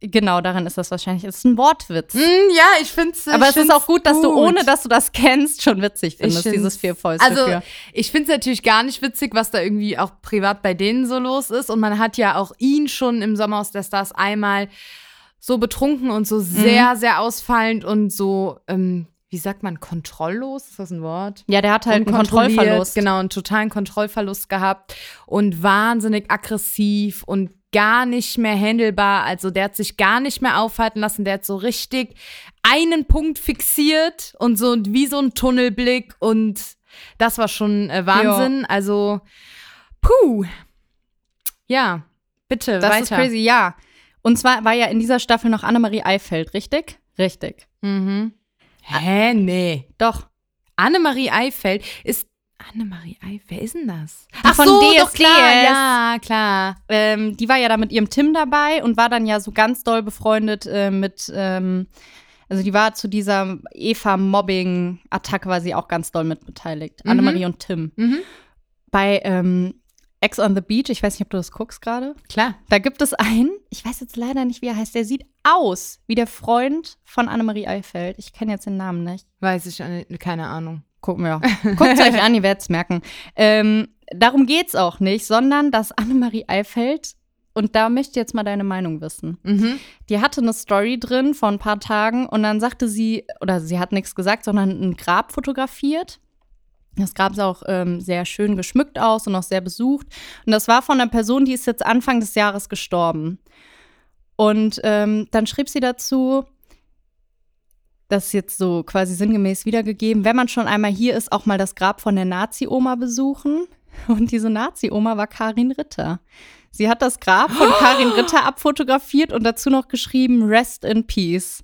Speaker 1: genau, daran ist das wahrscheinlich. Es ist ein Wortwitz.
Speaker 2: Hm, ja, ich find's.
Speaker 1: Aber
Speaker 2: ich
Speaker 1: es ist
Speaker 2: find's
Speaker 1: auch gut, dass du,
Speaker 2: gut.
Speaker 1: ohne dass du das kennst, schon witzig findest,
Speaker 2: find's-
Speaker 1: dieses Vier Fäuste
Speaker 2: Also,
Speaker 1: für.
Speaker 2: ich find's natürlich gar nicht witzig, was da irgendwie auch privat bei denen so los ist. Und man hat ja auch ihn schon im Sommerhaus der Stars einmal so betrunken und
Speaker 1: Mhm.
Speaker 2: so sehr, sehr ausfallend und so, ähm, wie sagt man, kontrolllos? Ist das ein Wort?
Speaker 1: Ja, der hat halt einen
Speaker 2: Unkontrolliert,
Speaker 1: Kontrollverlust.
Speaker 2: Genau, einen totalen Kontrollverlust gehabt und wahnsinnig aggressiv und gar nicht mehr handelbar. Also der hat sich gar nicht mehr aufhalten lassen. Der hat so richtig einen Punkt fixiert und so wie so ein Tunnelblick und das war schon äh, Wahnsinn. Also, puh. Ja, bitte,
Speaker 1: Das
Speaker 2: weiter.
Speaker 1: ist crazy, ja. Und zwar war ja in dieser Staffel noch Annemarie Eifeld, richtig? Richtig.
Speaker 2: Mhm. Hä, nee.
Speaker 1: Doch.
Speaker 2: Annemarie Eifeld ist. Annemarie Eifeld, wer ist denn das?
Speaker 1: von DSDS.
Speaker 2: ja, klar.
Speaker 1: Ähm, die war ja da mit ihrem Tim dabei und war dann ja so ganz doll befreundet äh, mit, ähm, also die war zu dieser Eva-Mobbing-Attacke, war sie auch ganz doll mit beteiligt.
Speaker 2: Mhm.
Speaker 1: Annemarie und Tim.
Speaker 2: Mhm.
Speaker 1: Bei ähm, Ex on the Beach, ich weiß nicht, ob du das guckst gerade,
Speaker 2: Klar.
Speaker 1: da gibt es einen, ich weiß jetzt leider nicht, wie er heißt, der sieht aus wie der Freund von Annemarie Eifeld. Ich kenne jetzt den Namen nicht.
Speaker 2: Weiß ich, äh, keine Ahnung.
Speaker 1: Gucken wir. Guckt euch an, ihr werdet es merken. Ähm, darum geht es auch nicht, sondern dass Annemarie Eifeld, und da möchte ich jetzt mal deine Meinung wissen.
Speaker 2: Mhm.
Speaker 1: Die hatte eine Story drin vor ein paar Tagen und dann sagte sie, oder sie hat nichts gesagt, sondern ein Grab fotografiert. Das Grab sah auch ähm, sehr schön geschmückt aus und auch sehr besucht. Und das war von einer Person, die ist jetzt Anfang des Jahres gestorben. Und ähm, dann schrieb sie dazu, das ist jetzt so quasi sinngemäß wiedergegeben, wenn man schon einmal hier ist, auch mal das Grab von der Nazi-Oma besuchen. Und diese Nazi-Oma war Karin Ritter. Sie hat das Grab von Karin Ritter abfotografiert und dazu noch geschrieben, Rest in Peace.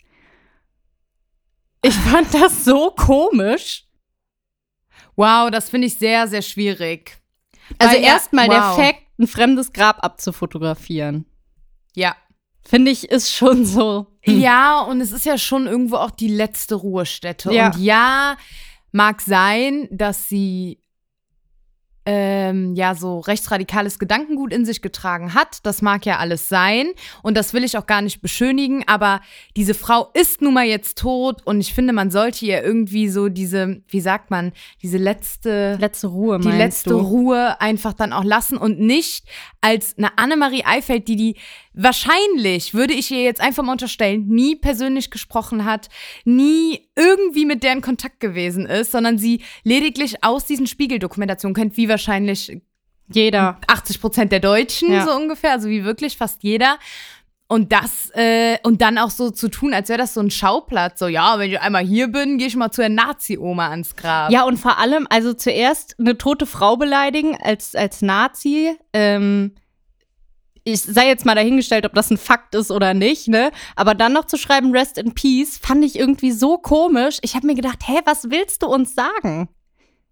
Speaker 1: Ich fand das so komisch.
Speaker 2: Wow, das finde ich sehr, sehr schwierig.
Speaker 1: Also
Speaker 2: Weil ja-
Speaker 1: erstmal
Speaker 2: wow.
Speaker 1: der Fakt, ein fremdes Grab abzufotografieren.
Speaker 2: Ja.
Speaker 1: Finde ich, ist schon so. hm.
Speaker 2: Ja, und es ist ja schon irgendwo auch die letzte Ruhestätte.
Speaker 1: Ja.
Speaker 2: Und ja, mag sein, dass sie ähm, ja so rechtsradikales Gedankengut in sich getragen hat. Das mag ja alles sein. Und das will ich auch gar nicht beschönigen. Aber diese Frau ist nun mal jetzt tot. Und ich finde, man sollte ihr irgendwie so diese, wie sagt man, diese letzte
Speaker 1: Letzte Ruhe,
Speaker 2: die
Speaker 1: meinst
Speaker 2: letzte
Speaker 1: du?
Speaker 2: Ruhe einfach dann auch lassen und nicht als eine Annemarie Eifeld, die die wahrscheinlich, würde ich ihr jetzt einfach mal unterstellen, nie persönlich gesprochen hat, nie irgendwie mit der in Kontakt gewesen ist, sondern sie lediglich aus diesen Spiegeldokumentationen kennt, wie wahrscheinlich
Speaker 1: Jeder.
Speaker 2: 80 Prozent der Deutschen
Speaker 1: Ja.
Speaker 2: so ungefähr, also wie wirklich fast jeder. Und das, äh, und dann auch so zu tun, als wäre das so ein Schauplatz. So, ja, wenn ich einmal hier bin, gehe ich mal zu der Nazi-Oma ans Grab.
Speaker 1: Ja, und vor allem, also zuerst eine tote Frau beleidigen als, als Nazi. Ähm, ich sei jetzt mal dahingestellt, ob das ein Fakt ist oder nicht, ne? Aber dann noch zu schreiben, Rest in Peace, fand ich irgendwie so komisch. Ich habe mir gedacht, hä, was willst du uns sagen?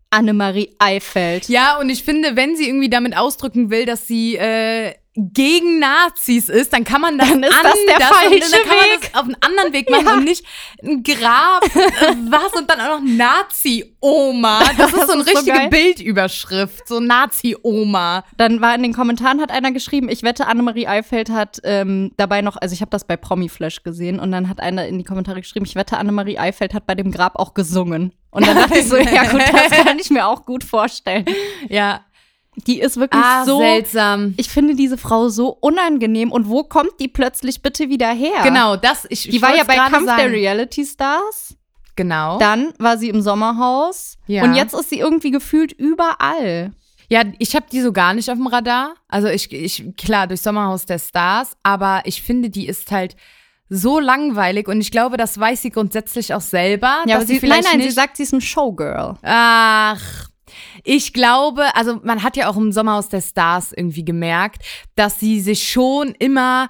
Speaker 1: Annemarie Eifeld.
Speaker 2: Ja, und ich finde, wenn sie irgendwie damit ausdrücken will, dass sie äh, gegen Nazis ist, dann kann man das,
Speaker 1: Dann ist das
Speaker 2: anders-
Speaker 1: der falsche
Speaker 2: und, dann kann man
Speaker 1: Weg.
Speaker 2: das auf einen anderen Weg machen und nicht ein Grab, äh, was und dann auch noch Nazi-Oma. Das, ist so eine
Speaker 1: ist so
Speaker 2: richtige
Speaker 1: geil.
Speaker 2: Bildüberschrift, so Nazi-Oma.
Speaker 1: Dann war in den Kommentaren, hat einer geschrieben, ich wette, Annemarie Eifeld hat ähm, dabei noch, also ich habe das bei Promiflash gesehen und dann hat einer in die Kommentare geschrieben, ich wette, Annemarie Eifeld hat bei dem Grab auch gesungen. Und dann dachte ich so, ja gut, das kann ich mir auch gut vorstellen.
Speaker 2: Ja.
Speaker 1: Die ist wirklich
Speaker 2: Ah,
Speaker 1: so.
Speaker 2: seltsam.
Speaker 1: Ich finde diese Frau so unangenehm und wo kommt die plötzlich bitte wieder her?
Speaker 2: Genau, das, ich,
Speaker 1: Die
Speaker 2: ich
Speaker 1: war ja
Speaker 2: wollte's
Speaker 1: bei
Speaker 2: gerade
Speaker 1: Kampf
Speaker 2: sagen.
Speaker 1: der Reality Stars.
Speaker 2: Genau.
Speaker 1: Dann war sie im Sommerhaus.
Speaker 2: Ja.
Speaker 1: Und jetzt ist sie irgendwie gefühlt überall.
Speaker 2: Ja, ich habe die so gar nicht auf dem Radar. Also ich, ich, klar, durch Sommerhaus der Stars, aber ich finde, die ist halt so langweilig und ich glaube, das weiß sie grundsätzlich auch selber.
Speaker 1: Ja,
Speaker 2: dass
Speaker 1: aber sie, nein,
Speaker 2: vielleicht
Speaker 1: nein,
Speaker 2: nicht,
Speaker 1: sie sagt, sie ist ein Showgirl.
Speaker 2: Ach, ich glaube, also man hat ja auch im Sommerhaus der Stars irgendwie gemerkt, dass sie sich schon immer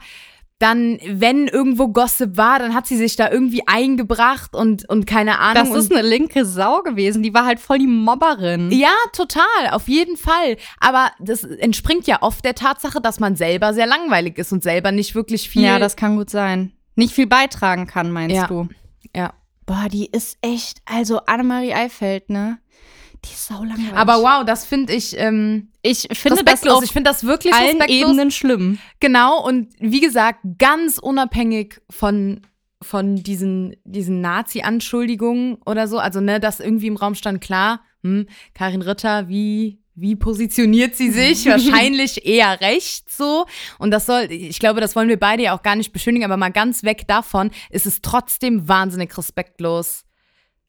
Speaker 2: dann, wenn irgendwo Gossip war, dann hat sie sich da irgendwie eingebracht und, und keine Ahnung.
Speaker 1: Das
Speaker 2: und
Speaker 1: ist eine linke Sau gewesen. Die war halt voll die Mobberin.
Speaker 2: Ja, total, auf jeden Fall. Aber das entspringt ja oft der Tatsache, dass man selber sehr langweilig ist und selber nicht wirklich viel.
Speaker 1: Ja, das kann gut sein. Nicht viel beitragen kann, meinst
Speaker 2: Ja.
Speaker 1: du?
Speaker 2: Ja.
Speaker 1: Boah, die ist echt, also Annemarie Eifeld, ne? Die ist sau langweilig.
Speaker 2: Aber wow, das finde ich ähm,
Speaker 1: ich finde das
Speaker 2: respektlos.
Speaker 1: auf
Speaker 2: ich finde das wirklich
Speaker 1: allen
Speaker 2: respektlos.
Speaker 1: Ebenen schlimm.
Speaker 2: Genau, und wie gesagt, ganz unabhängig von, von diesen, diesen Nazi-Anschuldigungen oder so. Also, ne, dass irgendwie im Raum stand, klar, hm, Karin Ritter, wie, wie positioniert sie sich? Wahrscheinlich eher rechts so. Und das soll, ich glaube, das wollen wir beide ja auch gar nicht beschönigen, aber mal ganz weg davon, ist es trotzdem wahnsinnig respektlos.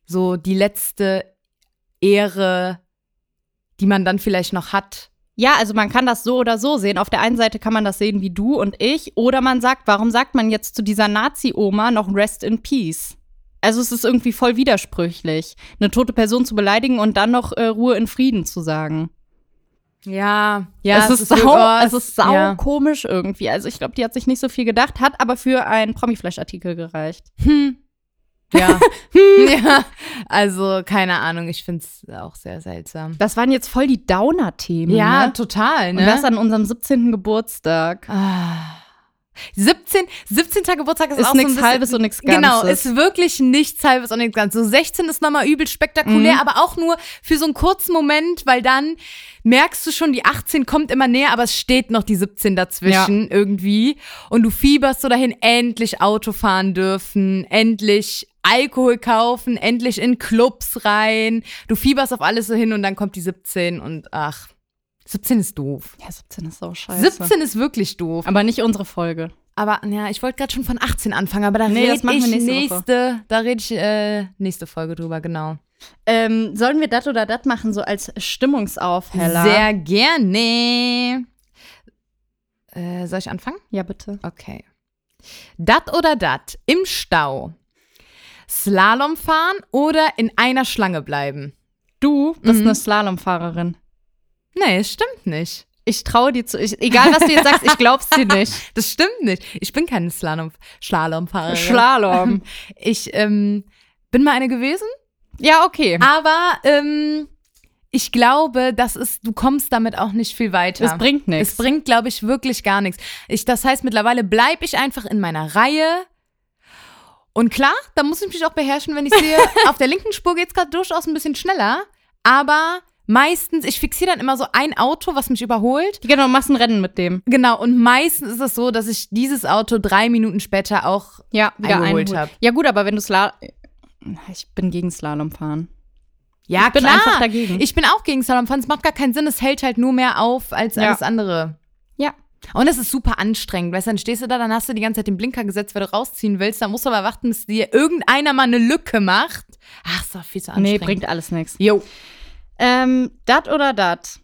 Speaker 2: So die letzte Ehre, die man dann vielleicht noch hat.
Speaker 1: Ja, also man kann das so oder so sehen. Auf der einen Seite kann man das sehen wie du und ich. Oder man sagt, warum sagt man jetzt zu dieser Nazi-Oma noch Rest in Peace? Also es ist irgendwie voll widersprüchlich, eine tote Person zu beleidigen und dann noch äh, Ruhe in Frieden zu sagen.
Speaker 2: Ja, ja,
Speaker 1: es, ist
Speaker 2: wirklich-
Speaker 1: sau,
Speaker 2: oh,
Speaker 1: es ist sau
Speaker 2: ja.
Speaker 1: komisch irgendwie. Also ich glaube, die hat sich nicht so viel gedacht, hat aber für einen Promiflash-Artikel gereicht.
Speaker 2: Ja.
Speaker 1: Hm.
Speaker 2: ja. Also, keine Ahnung, ich finde es auch sehr seltsam.
Speaker 1: Das waren jetzt voll die Downer-Themen. ne?
Speaker 2: total,
Speaker 1: Und das an unserem 17. Geburtstag.
Speaker 2: Ah. 17, 17. Geburtstag ist,
Speaker 1: Ist
Speaker 2: auch so ein
Speaker 1: nichts
Speaker 2: bisschen,
Speaker 1: Halbes und nichts Ganzes.
Speaker 2: Genau, ist wirklich nichts halbes und nichts ganzes. So 16 ist nochmal übel spektakulär,
Speaker 1: Mhm.
Speaker 2: aber auch nur für so einen kurzen Moment, weil dann merkst du schon, die 18 kommt immer näher, aber es steht noch die 17 dazwischen irgendwie. Und du fieberst so dahin, endlich Auto fahren dürfen, endlich Alkohol kaufen, endlich in Clubs rein. Du fieberst auf alles so hin und dann kommt die 17 und ach, 17 ist doof.
Speaker 1: ja, 17 ist auch scheiße.
Speaker 2: 17 ist wirklich doof.
Speaker 1: Aber nicht unsere Folge.
Speaker 2: Aber ja, ich wollte gerade schon von 18 anfangen, aber da
Speaker 1: Nee,
Speaker 2: rede
Speaker 1: das machen
Speaker 2: ich
Speaker 1: wir nächste Woche.
Speaker 2: da rede ich äh, nächste Folge drüber, genau.
Speaker 1: Ähm, sollen wir das oder das machen, so als Stimmungsaufheller?
Speaker 2: Sehr gerne. Äh, soll ich anfangen?
Speaker 1: Ja, bitte.
Speaker 2: Okay. Dat oder dat im Stau. Slalom fahren oder in einer Schlange bleiben?
Speaker 1: Du bist eine Slalomfahrerin.
Speaker 2: Nee, stimmt nicht.
Speaker 1: Ich traue dir zu. Ich, egal, was du jetzt sagst, ich glaub's dir nicht.
Speaker 2: Das stimmt nicht. Ich bin keine Slalom Slalomfahrerin.
Speaker 1: Slalom.
Speaker 2: ich ähm, bin mal eine gewesen.
Speaker 1: Ja, okay.
Speaker 2: Aber ähm, ich glaube, das ist, du kommst damit auch nicht viel weiter.
Speaker 1: Es bringt nichts.
Speaker 2: Es bringt, glaube ich, wirklich gar nichts. Ich, das heißt, mittlerweile bleibe ich einfach in meiner Reihe. Und klar, da muss ich mich auch beherrschen, wenn ich sehe, auf der linken Spur geht es gerade durchaus ein bisschen schneller. Aber meistens, ich fixiere dann immer so ein Auto, was mich überholt.
Speaker 1: Genau, machst ein Rennen mit dem.
Speaker 2: Genau, und meistens ist es so, dass ich dieses Auto drei Minuten später auch.
Speaker 1: Ja, wieder
Speaker 2: Eingeholt
Speaker 1: einholt.
Speaker 2: hab.
Speaker 1: Ja, gut, aber wenn du Slalom. Ich bin gegen Slalom fahren.
Speaker 2: Ja,
Speaker 1: Ich bin einfach dagegen.
Speaker 2: Ich bin auch gegen Slalomfahren. Es macht gar keinen Sinn. Es hält halt nur mehr auf als
Speaker 1: Ja.
Speaker 2: alles andere.
Speaker 1: Ja.
Speaker 2: Und es ist super anstrengend, weißt du, dann stehst du da, dann hast du die ganze Zeit den Blinker gesetzt, weil du rausziehen willst, dann musst du aber warten, bis dir irgendeiner mal eine Lücke macht. Ach, ist doch viel zu
Speaker 1: Nee,
Speaker 2: anstrengend.
Speaker 1: bringt alles nichts.
Speaker 2: Jo.
Speaker 1: Ähm, dat oder dat?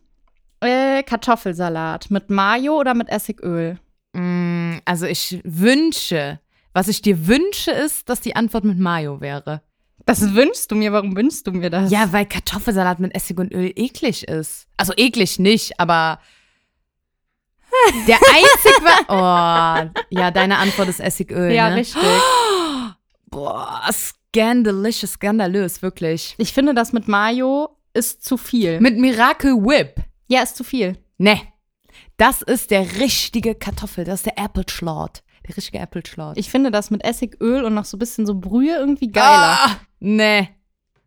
Speaker 1: Äh, Kartoffelsalat mit Mayo oder mit Essigöl?
Speaker 2: Mm, Mm, Also ich wünsche, was ich dir wünsche, ist, dass die Antwort mit Mayo wäre.
Speaker 1: Das wünschst du mir. Warum wünschst du mir das?
Speaker 2: Ja, weil Kartoffelsalat mit Essig und Öl eklig ist. Also eklig nicht, aber der einzig war. Oh, ja, deine Antwort ist Essigöl.
Speaker 1: ja
Speaker 2: ne?
Speaker 1: richtig.
Speaker 2: Boah, scandalicious, skandalös, wirklich.
Speaker 1: Ich finde, das mit Mayo ist zu viel.
Speaker 2: Mit Miracle Whip.
Speaker 1: ja, ist zu viel.
Speaker 2: Ne. Das ist der richtige Kartoffel, das ist der Apple Schlot. Der richtige Apple Schlot.
Speaker 1: Ich finde das mit Essig, Öl und noch so ein bisschen so Brühe irgendwie geiler.
Speaker 2: Ah, nee.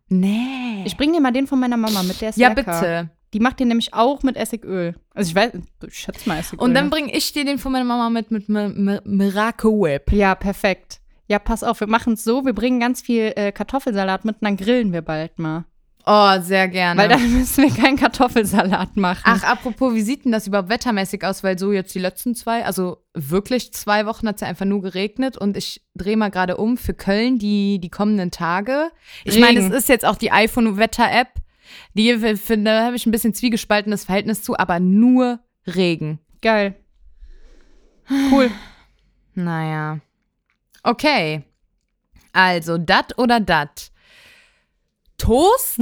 Speaker 2: Nee.
Speaker 1: Ich bring dir mal den von meiner Mama mit, der ist
Speaker 2: ja,
Speaker 1: lecker.
Speaker 2: bitte.
Speaker 1: Die macht den nämlich auch mit Essigöl. Also ich weiß, ich schätze mal Essigöl. ne?
Speaker 2: Und dann bringe ich dir den von meiner Mama mit, mit Mi- Mi- Miracle Whip.
Speaker 1: ja, perfekt. Ja, pass auf, wir machen es so, wir bringen ganz viel äh, Kartoffelsalat mit und dann grillen wir bald mal.
Speaker 2: Oh, sehr gerne.
Speaker 1: Weil dann müssen wir keinen Kartoffelsalat machen.
Speaker 2: Ach, apropos, wie sieht denn das überhaupt wettermäßig aus? Weil so jetzt die letzten zwei, also wirklich zwei Wochen hat es ja einfach nur geregnet und ich drehe mal gerade um für Köln die, die kommenden Tage. Ich meine, es
Speaker 1: Regen.
Speaker 2: ist jetzt auch die iPhone-Wetter-App. Die f- f- da habe ich ein bisschen zwiegespaltenes Verhältnis zu, aber nur Regen.
Speaker 1: geil. Cool.
Speaker 2: Naja. Okay. Also, dat oder dat? Toast?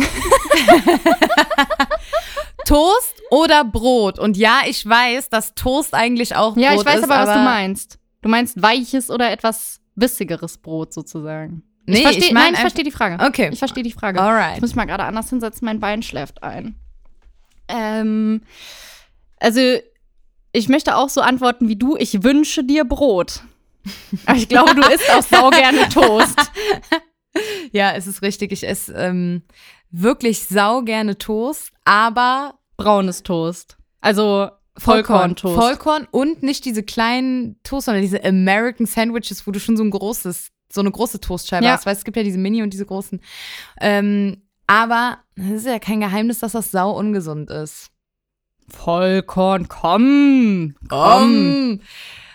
Speaker 2: Toast oder Brot? Und ja, ich weiß, dass Toast eigentlich auch
Speaker 1: Ja,
Speaker 2: Brot
Speaker 1: ich weiß
Speaker 2: ist,
Speaker 1: aber, was du meinst. Du meinst weiches oder etwas bissigeres Brot sozusagen.
Speaker 2: Nee,
Speaker 1: ich verstehe,
Speaker 2: ich mein
Speaker 1: nein, ich
Speaker 2: einfach-
Speaker 1: verstehe die Frage.
Speaker 2: Okay.
Speaker 1: Ich verstehe die Frage.
Speaker 2: Alright.
Speaker 1: Ich muss mich mal gerade anders hinsetzen, mein Bein schläft ein. Ähm, also, ich möchte auch so antworten wie du, ich wünsche dir Brot. Aber ich glaube, du isst auch sau gerne Toast.
Speaker 2: Ja, es ist richtig. Ich esse ähm, wirklich sau gerne Toast, aber
Speaker 1: Braunes Toast. Also Vollkorntoast.
Speaker 2: Vollkorn und nicht diese kleinen Toast, sondern diese American Sandwiches, wo du schon so ein großes, so eine große Toastscheibe
Speaker 1: Ja.
Speaker 2: hast. Weißt, du, es gibt ja diese Mini und diese großen. Ähm, aber es ist ja kein Geheimnis, dass das sau ungesund ist.
Speaker 1: Vollkorn, komm.
Speaker 2: Ähm,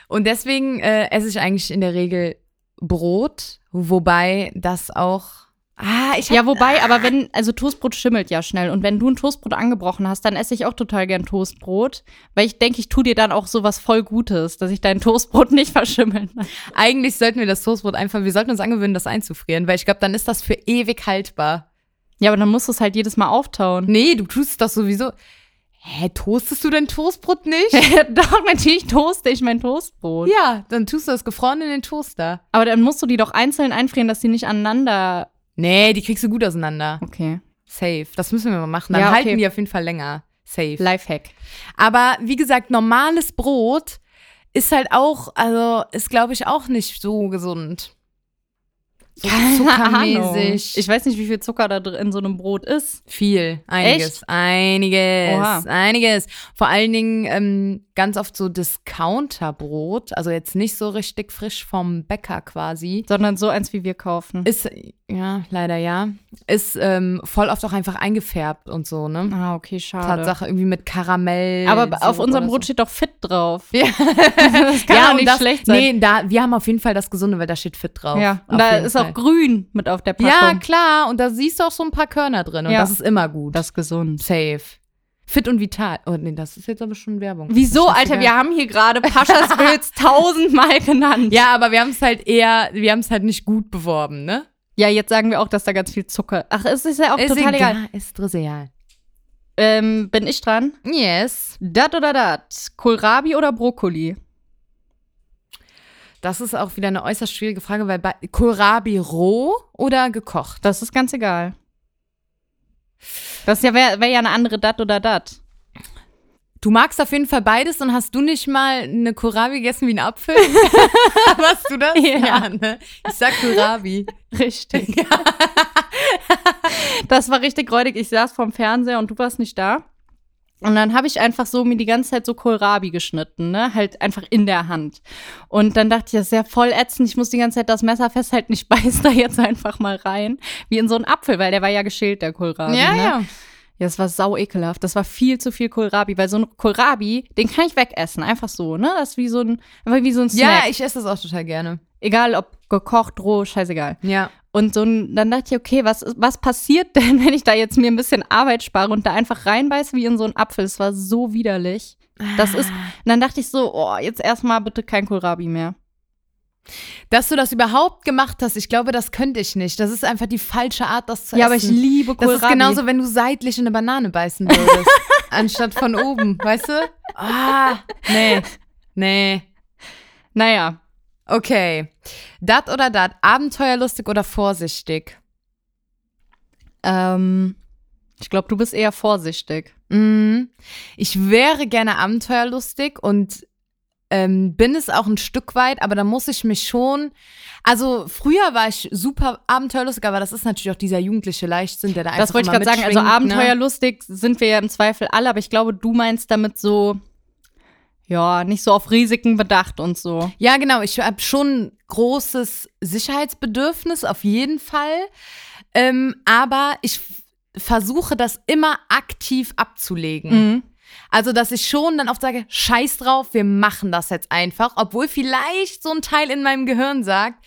Speaker 2: Und deswegen äh, esse ich eigentlich in der Regel Brot, wobei das auch. Ah, ich hab,
Speaker 1: Ja, wobei, aber wenn, also Toastbrot schimmelt ja schnell. Und wenn du ein Toastbrot angebrochen hast, dann esse ich auch total gern Toastbrot. Weil ich denke, ich tue dir dann auch sowas voll Gutes, dass ich dein Toastbrot nicht verschimmeln lasse.
Speaker 2: eigentlich sollten wir das Toastbrot einfach, wir sollten uns angewöhnen, das einzufrieren, weil ich glaube, dann ist das für ewig haltbar.
Speaker 1: Ja, aber dann musst du es halt jedes Mal auftauen.
Speaker 2: Nee, du tust es doch sowieso. Hä, toastest du dein Toastbrot nicht?
Speaker 1: doch, natürlich toaste ich mein Toastbrot.
Speaker 2: ja, dann tust du das gefroren in den Toaster.
Speaker 1: Aber dann musst du die doch einzeln einfrieren, dass die nicht aneinander.
Speaker 2: Nee, die kriegst du gut auseinander.
Speaker 1: Okay.
Speaker 2: Safe. Das müssen wir mal machen. Dann
Speaker 1: Ja, okay.
Speaker 2: halten die auf jeden Fall länger. Safe.
Speaker 1: Lifehack.
Speaker 2: Aber wie gesagt, normales Brot ist halt auch, also ist glaube ich auch nicht so gesund. So zuckermäßig.
Speaker 1: Ich weiß nicht, wie viel Zucker da drin in so einem Brot ist.
Speaker 2: Viel, einiges, einiges,
Speaker 1: Oha.
Speaker 2: einiges. Vor allen Dingen ähm, ganz oft so Discounterbrot, also jetzt nicht so richtig frisch vom Bäcker quasi.
Speaker 1: Sondern so eins, wie wir kaufen.
Speaker 2: Ist, ja, leider ja, ist ähm, voll oft auch einfach eingefärbt und so, ne?
Speaker 1: ah, okay, schade.
Speaker 2: Tatsache irgendwie mit Karamell.
Speaker 1: Aber auf
Speaker 2: Sirup
Speaker 1: unserem
Speaker 2: oder
Speaker 1: Brot
Speaker 2: so.
Speaker 1: steht doch fit drauf.
Speaker 2: Ja.
Speaker 1: das kann
Speaker 2: ja,
Speaker 1: auch
Speaker 2: und
Speaker 1: nicht
Speaker 2: das,
Speaker 1: schlecht sein.
Speaker 2: Nee, da, wir haben auf jeden Fall das Gesunde, weil da steht fit drauf.
Speaker 1: ja,
Speaker 2: Auf
Speaker 1: und da
Speaker 2: jeden
Speaker 1: ist
Speaker 2: Fall.
Speaker 1: auch grün mit auf der Packung.
Speaker 2: Ja, klar, und da siehst du auch so ein paar Körner drin und
Speaker 1: Ja.
Speaker 2: das ist immer gut.
Speaker 1: das ist gesund.
Speaker 2: Safe. Fit und vital. Oh nee, das ist jetzt aber schon Werbung.
Speaker 1: Wieso,
Speaker 2: Das ist
Speaker 1: Alter?
Speaker 2: egal.
Speaker 1: Wir haben hier gerade Paschas Bills tausendmal genannt.
Speaker 2: Ja, aber wir haben es halt eher, wir haben es halt nicht gut beworben, ne?
Speaker 1: ja, jetzt sagen wir auch, dass da ganz viel Zucker. Ach, es ist ja auch total egal.
Speaker 2: Ist trivial.
Speaker 1: Ähm, bin ich dran?
Speaker 2: Yes.
Speaker 1: Dat oder dat? Kohlrabi oder Brokkoli?
Speaker 2: Das ist auch wieder eine äußerst schwierige Frage, weil bei Kohlrabi roh oder gekocht?
Speaker 1: Das ist ganz egal. Das wäre wär wär ja eine andere dat oder dat.
Speaker 2: Du magst auf jeden Fall beides und hast du nicht mal eine Kohlrabi gegessen wie ein Apfel? Warst du das?
Speaker 1: Ja.
Speaker 2: ne? Ich sag Kohlrabi.
Speaker 1: Richtig. Das war richtig räudig. Ich saß vorm Fernseher und du warst nicht da. Und dann habe ich einfach so mir die ganze Zeit so Kohlrabi geschnitten, ne? Halt einfach in der Hand. Und dann dachte ich, das ist ja voll ätzend. Ich muss die ganze Zeit das Messer festhalten. Ich beiß da jetzt einfach mal rein. Wie in so einen Apfel, weil der war ja geschält, der Kohlrabi.
Speaker 2: ja,
Speaker 1: ne?
Speaker 2: ja.
Speaker 1: Ja, das war sau ekelhaft. Das war viel zu viel Kohlrabi, weil so ein Kohlrabi, den kann ich wegessen, einfach so, ne? Das ist wie so ein, einfach wie so ein Snack.
Speaker 2: Ja, ich esse das auch total gerne.
Speaker 1: Egal ob gekocht, roh, scheißegal.
Speaker 2: Ja.
Speaker 1: Und so ein, dann dachte ich, okay, was, ist- was passiert denn, wenn ich da jetzt mir ein bisschen Arbeit spare und da einfach reinbeiße wie in so einen Apfel? Es war so widerlich. Das ist,
Speaker 2: Ah.
Speaker 1: und dann dachte ich so, oh, jetzt erstmal bitte kein Kohlrabi mehr.
Speaker 2: Dass du das überhaupt gemacht hast, ich glaube, das könnte ich nicht. Das ist einfach die falsche Art, das zu
Speaker 1: Ja,
Speaker 2: essen.
Speaker 1: aber ich liebe
Speaker 2: Das
Speaker 1: Kohlrabi.
Speaker 2: ist genauso, wenn du seitlich in eine Banane beißen würdest, anstatt von oben, weißt du? Ah, nee, nee.
Speaker 1: Naja,
Speaker 2: Okay. Dat oder dat, abenteuerlustig oder vorsichtig?
Speaker 1: ähm, ich glaube, du bist eher vorsichtig.
Speaker 2: Mm, Ich wäre gerne abenteuerlustig und ähm, bin es auch ein Stück weit, aber da muss ich mich schon. Also früher war ich super abenteuerlustig, aber das ist natürlich auch dieser jugendliche Leichtsinn, der da einfach
Speaker 1: Das wollte ich
Speaker 2: immer
Speaker 1: gerade sagen. Also
Speaker 2: mitschwingt, ne?
Speaker 1: abenteuerlustig sind wir ja im Zweifel alle, aber ich glaube, du meinst damit so, ja, nicht so auf Risiken bedacht und so.
Speaker 2: Ja, genau. Ich habe schon ein großes Sicherheitsbedürfnis, auf jeden Fall. Ähm, aber ich f- versuche das immer aktiv abzulegen. Also, dass ich schon dann oft sage, scheiß drauf, wir machen das jetzt einfach. Obwohl vielleicht so ein Teil in meinem Gehirn sagt,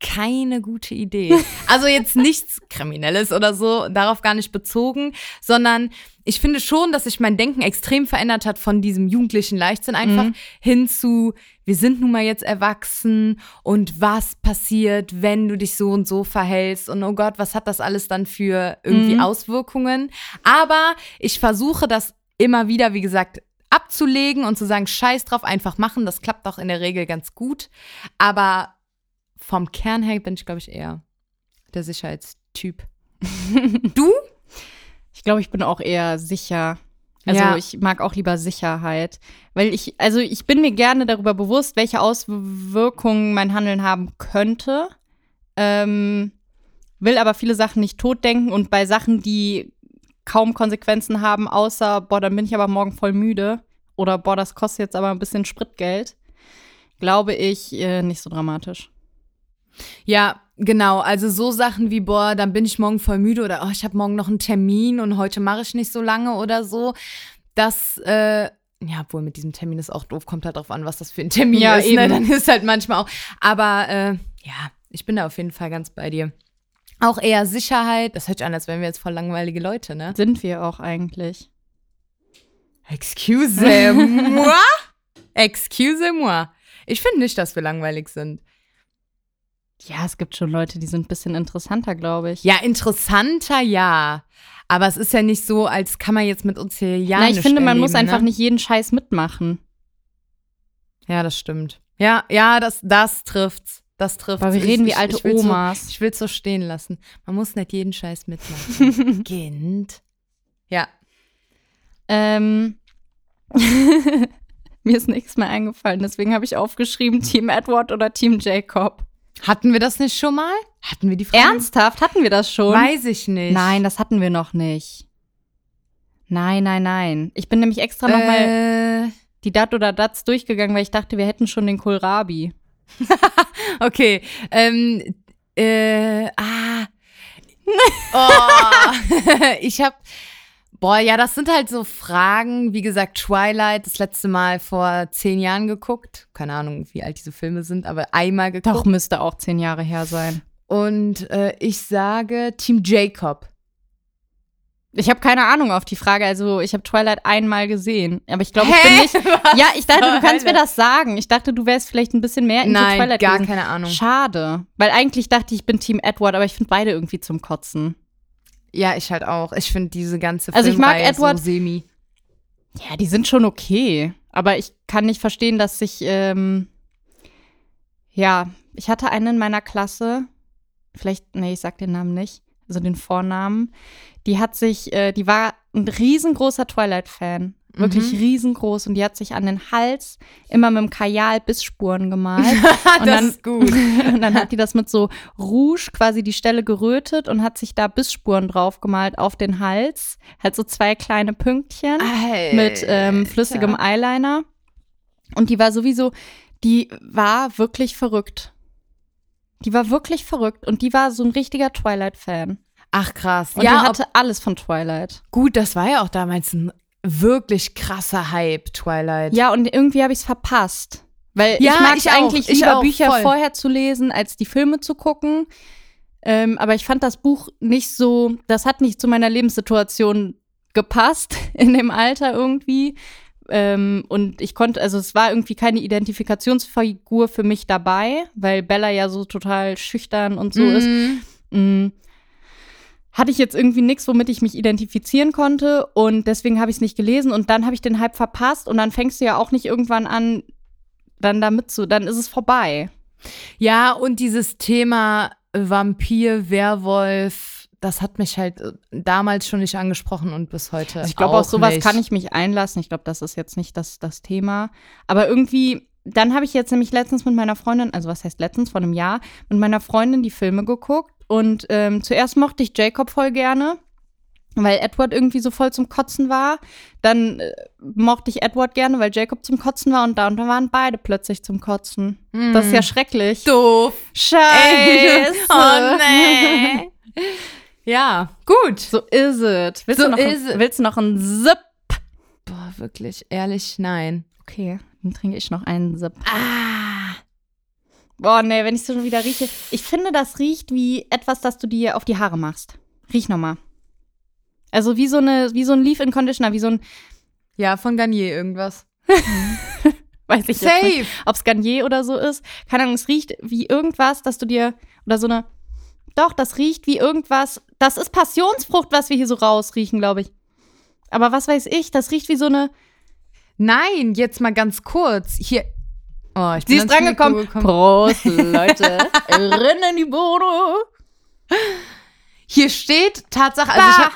Speaker 2: keine gute Idee. Also jetzt nichts Kriminelles oder so, darauf gar nicht bezogen, sondern ich finde schon, dass sich mein Denken extrem verändert hat von diesem jugendlichen Leichtsinn einfach hin zu, wir sind nun mal jetzt erwachsen und was passiert, wenn du dich so und so verhältst und oh Gott, was hat das alles dann für irgendwie Auswirkungen? Aber ich versuche das immer wieder, wie gesagt, abzulegen und zu sagen, scheiß drauf, einfach machen. Das klappt auch in der Regel ganz gut. Aber vom Kern her bin ich, glaube ich, eher der Sicherheitstyp. du?
Speaker 1: Ich glaube, ich bin auch eher sicher. Also
Speaker 2: Ja.
Speaker 1: ich mag auch lieber Sicherheit, weil ich also ich bin mir gerne darüber bewusst, welche Auswirkungen mein Handeln haben könnte. Ähm, will aber viele Sachen nicht totdenken und bei Sachen, die kaum Konsequenzen haben, außer boah, dann bin ich aber morgen voll müde oder boah, das kostet jetzt aber ein bisschen Spritgeld, glaube ich äh, nicht so dramatisch.
Speaker 2: Ja, genau. Also so Sachen wie, boah, dann bin ich morgen voll müde oder oh, ich habe morgen noch einen Termin und heute mache ich nicht so lange oder so. Das, äh, ja, obwohl mit diesem Termin ist auch doof, kommt halt drauf an, was das für ein Termin
Speaker 1: Ja,
Speaker 2: ist. Ne?
Speaker 1: eben.
Speaker 2: Dann ist halt manchmal auch. Aber äh, ja, ich bin da auf jeden Fall ganz bei dir. Auch eher Sicherheit. Das hört sich an, als wären wir jetzt voll langweilige Leute, ne?
Speaker 1: Sind wir auch eigentlich?
Speaker 2: Excuse moi? Excuse moi. Ich finde nicht, dass wir langweilig sind.
Speaker 1: Ja, es gibt schon Leute, die sind ein bisschen interessanter, glaube ich.
Speaker 2: Ja, interessanter, ja. Aber es ist ja nicht so, als kann man jetzt mit uns hier ja
Speaker 1: Na, ich
Speaker 2: nicht
Speaker 1: finde, man
Speaker 2: erleben,
Speaker 1: muss einfach
Speaker 2: ne?
Speaker 1: nicht jeden Scheiß mitmachen.
Speaker 2: Ja, das stimmt. Ja, ja, das, das trifft's. Das trifft's.
Speaker 1: Weil wir
Speaker 2: Ich-
Speaker 1: reden wie
Speaker 2: ich-
Speaker 1: alte
Speaker 2: ich will's so-
Speaker 1: Omas.
Speaker 2: Ich will so stehen lassen. Man muss nicht jeden Scheiß mitmachen. Kind. Ja.
Speaker 1: Ähm, mir ist nichts mehr eingefallen, deswegen habe ich aufgeschrieben, Team Edward oder Team Jacob.
Speaker 2: Hatten wir das nicht schon mal? Hatten wir die Frage?
Speaker 1: Ernsthaft? Hatten wir das schon?
Speaker 2: Weiß ich nicht.
Speaker 1: Nein, das hatten wir noch nicht. Nein, nein, nein. Ich bin nämlich extra nochmal
Speaker 2: äh,
Speaker 1: die Dat oder Dats durchgegangen, weil ich dachte, wir hätten schon den Kohlrabi.
Speaker 2: Okay. Ähm, äh, ah. Oh. ich habe. Boah, ja, das sind halt so Fragen. Wie gesagt, Twilight, das letzte Mal vor zehn Jahren geguckt. Keine Ahnung, wie alt diese Filme sind, aber einmal geguckt.
Speaker 1: Doch, müsste auch zehn Jahre her sein.
Speaker 2: Und äh, ich sage Team Jacob.
Speaker 1: Ich habe keine Ahnung auf die Frage. Also, ich habe Twilight einmal gesehen. Aber ich glaube, ich
Speaker 2: Hä?
Speaker 1: bin nicht. Ja, ich dachte,
Speaker 2: zur
Speaker 1: du kannst mir
Speaker 2: Hölle?
Speaker 1: das sagen. Ich dachte, du wärst vielleicht ein bisschen mehr in
Speaker 2: Nein,
Speaker 1: Twilight
Speaker 2: gar
Speaker 1: gewesen.
Speaker 2: keine Ahnung.
Speaker 1: Schade, weil eigentlich dachte ich, ich bin Team Edward, aber ich finde beide irgendwie zum Kotzen.
Speaker 2: Ja, ich halt auch. Ich finde diese ganze
Speaker 1: Also ich mag
Speaker 2: Filmreihe
Speaker 1: Edward-
Speaker 2: so semi.
Speaker 1: Ja, die sind schon okay, aber ich kann nicht verstehen, dass sich, ähm, ja, ich hatte einen in meiner Klasse, vielleicht, nee, ich sag den Namen nicht, also den Vornamen, die hat sich, äh, die war ein riesengroßer Twilight-Fan.
Speaker 2: Mhm.
Speaker 1: Wirklich riesengroß und die hat sich an den Hals immer mit dem Kajal Bissspuren gemalt.
Speaker 2: das
Speaker 1: und dann
Speaker 2: ist gut.
Speaker 1: und dann hat die das mit so Rouge quasi die Stelle gerötet und hat sich da Bissspuren drauf gemalt auf den Hals. Halt so zwei kleine Pünktchen mit ähm, flüssigem Eyeliner. Und die war sowieso, die war wirklich verrückt. Die war wirklich verrückt und die war so ein richtiger Twilight-Fan.
Speaker 2: Ach krass.
Speaker 1: Und die
Speaker 2: ja, ob-
Speaker 1: hatte alles von Twilight.
Speaker 2: Gut, das war ja auch damals ein wirklich krasser Hype, Twilight.
Speaker 1: Ja, und irgendwie habe ich es verpasst. Weil
Speaker 2: Ja,
Speaker 1: ich mag
Speaker 2: ich auch,
Speaker 1: eigentlich
Speaker 2: ich
Speaker 1: lieber
Speaker 2: auch,
Speaker 1: Bücher
Speaker 2: voll.
Speaker 1: vorher zu lesen, als die Filme zu gucken. Ähm, aber ich fand das Buch nicht so, das hat nicht zu meiner Lebenssituation gepasst in dem Alter irgendwie. ähm, und ich konnte, also es war irgendwie keine Identifikationsfigur für mich dabei, weil Bella ja so total schüchtern und so ist.
Speaker 2: Mhm.
Speaker 1: Mm, hatte ich jetzt irgendwie nichts, womit ich mich identifizieren konnte und deswegen habe ich es nicht gelesen und dann habe ich den Hype verpasst und dann fängst du ja auch nicht irgendwann an, dann damit zu, dann ist es vorbei.
Speaker 2: Ja, und dieses Thema Vampir, Werwolf, das hat mich halt äh, damals schon nicht angesprochen und bis heute.
Speaker 1: Also ich glaube, auf sowas kann ich mich einlassen. Ich glaube, das ist jetzt nicht das, das Thema. Aber irgendwie, dann habe ich jetzt nämlich letztens mit meiner Freundin, also was heißt letztens, vor einem Jahr, mit meiner Freundin die Filme geguckt. Und ähm, zuerst mochte ich Jacob voll gerne, weil Edward irgendwie so voll zum Kotzen war. Dann äh, mochte ich Edward gerne, weil Jacob zum Kotzen war. Und da und da waren beide plötzlich zum Kotzen. Das ist ja schrecklich.
Speaker 2: Doof.
Speaker 1: Scheiße.
Speaker 2: oh nee. Ja, gut.
Speaker 1: So ist es. Willst,
Speaker 2: So
Speaker 1: du noch ein-
Speaker 2: is it.
Speaker 1: willst du noch einen Zip?
Speaker 2: Boah, wirklich, ehrlich, nein.
Speaker 1: Okay, dann trinke ich noch einen Sip. Ah. Boah, nee, wenn ich so schon wieder rieche. Ich finde, das riecht wie etwas, das du dir auf die Haare machst. Riech nochmal. Also wie so, eine, wie so ein Leave-In-Conditioner, wie so ein,
Speaker 2: Ja, von Garnier irgendwas.
Speaker 1: weiß ich jetzt nicht, ob es Garnier oder so ist. Keine Ahnung, es riecht wie irgendwas, das du dir, oder so eine, doch, das riecht wie irgendwas, das ist Passionsfrucht, was wir hier so rausriechen, glaube ich. Aber was weiß ich, das riecht wie so eine,
Speaker 2: Nein, jetzt mal ganz kurz. Hier. Oh, ich
Speaker 1: sie
Speaker 2: bin
Speaker 1: ist
Speaker 2: ans Mikro
Speaker 1: drangekommen. Prost, Leute. Rinnen die Bodo.
Speaker 2: Hier steht Tatsache, also ich, hab,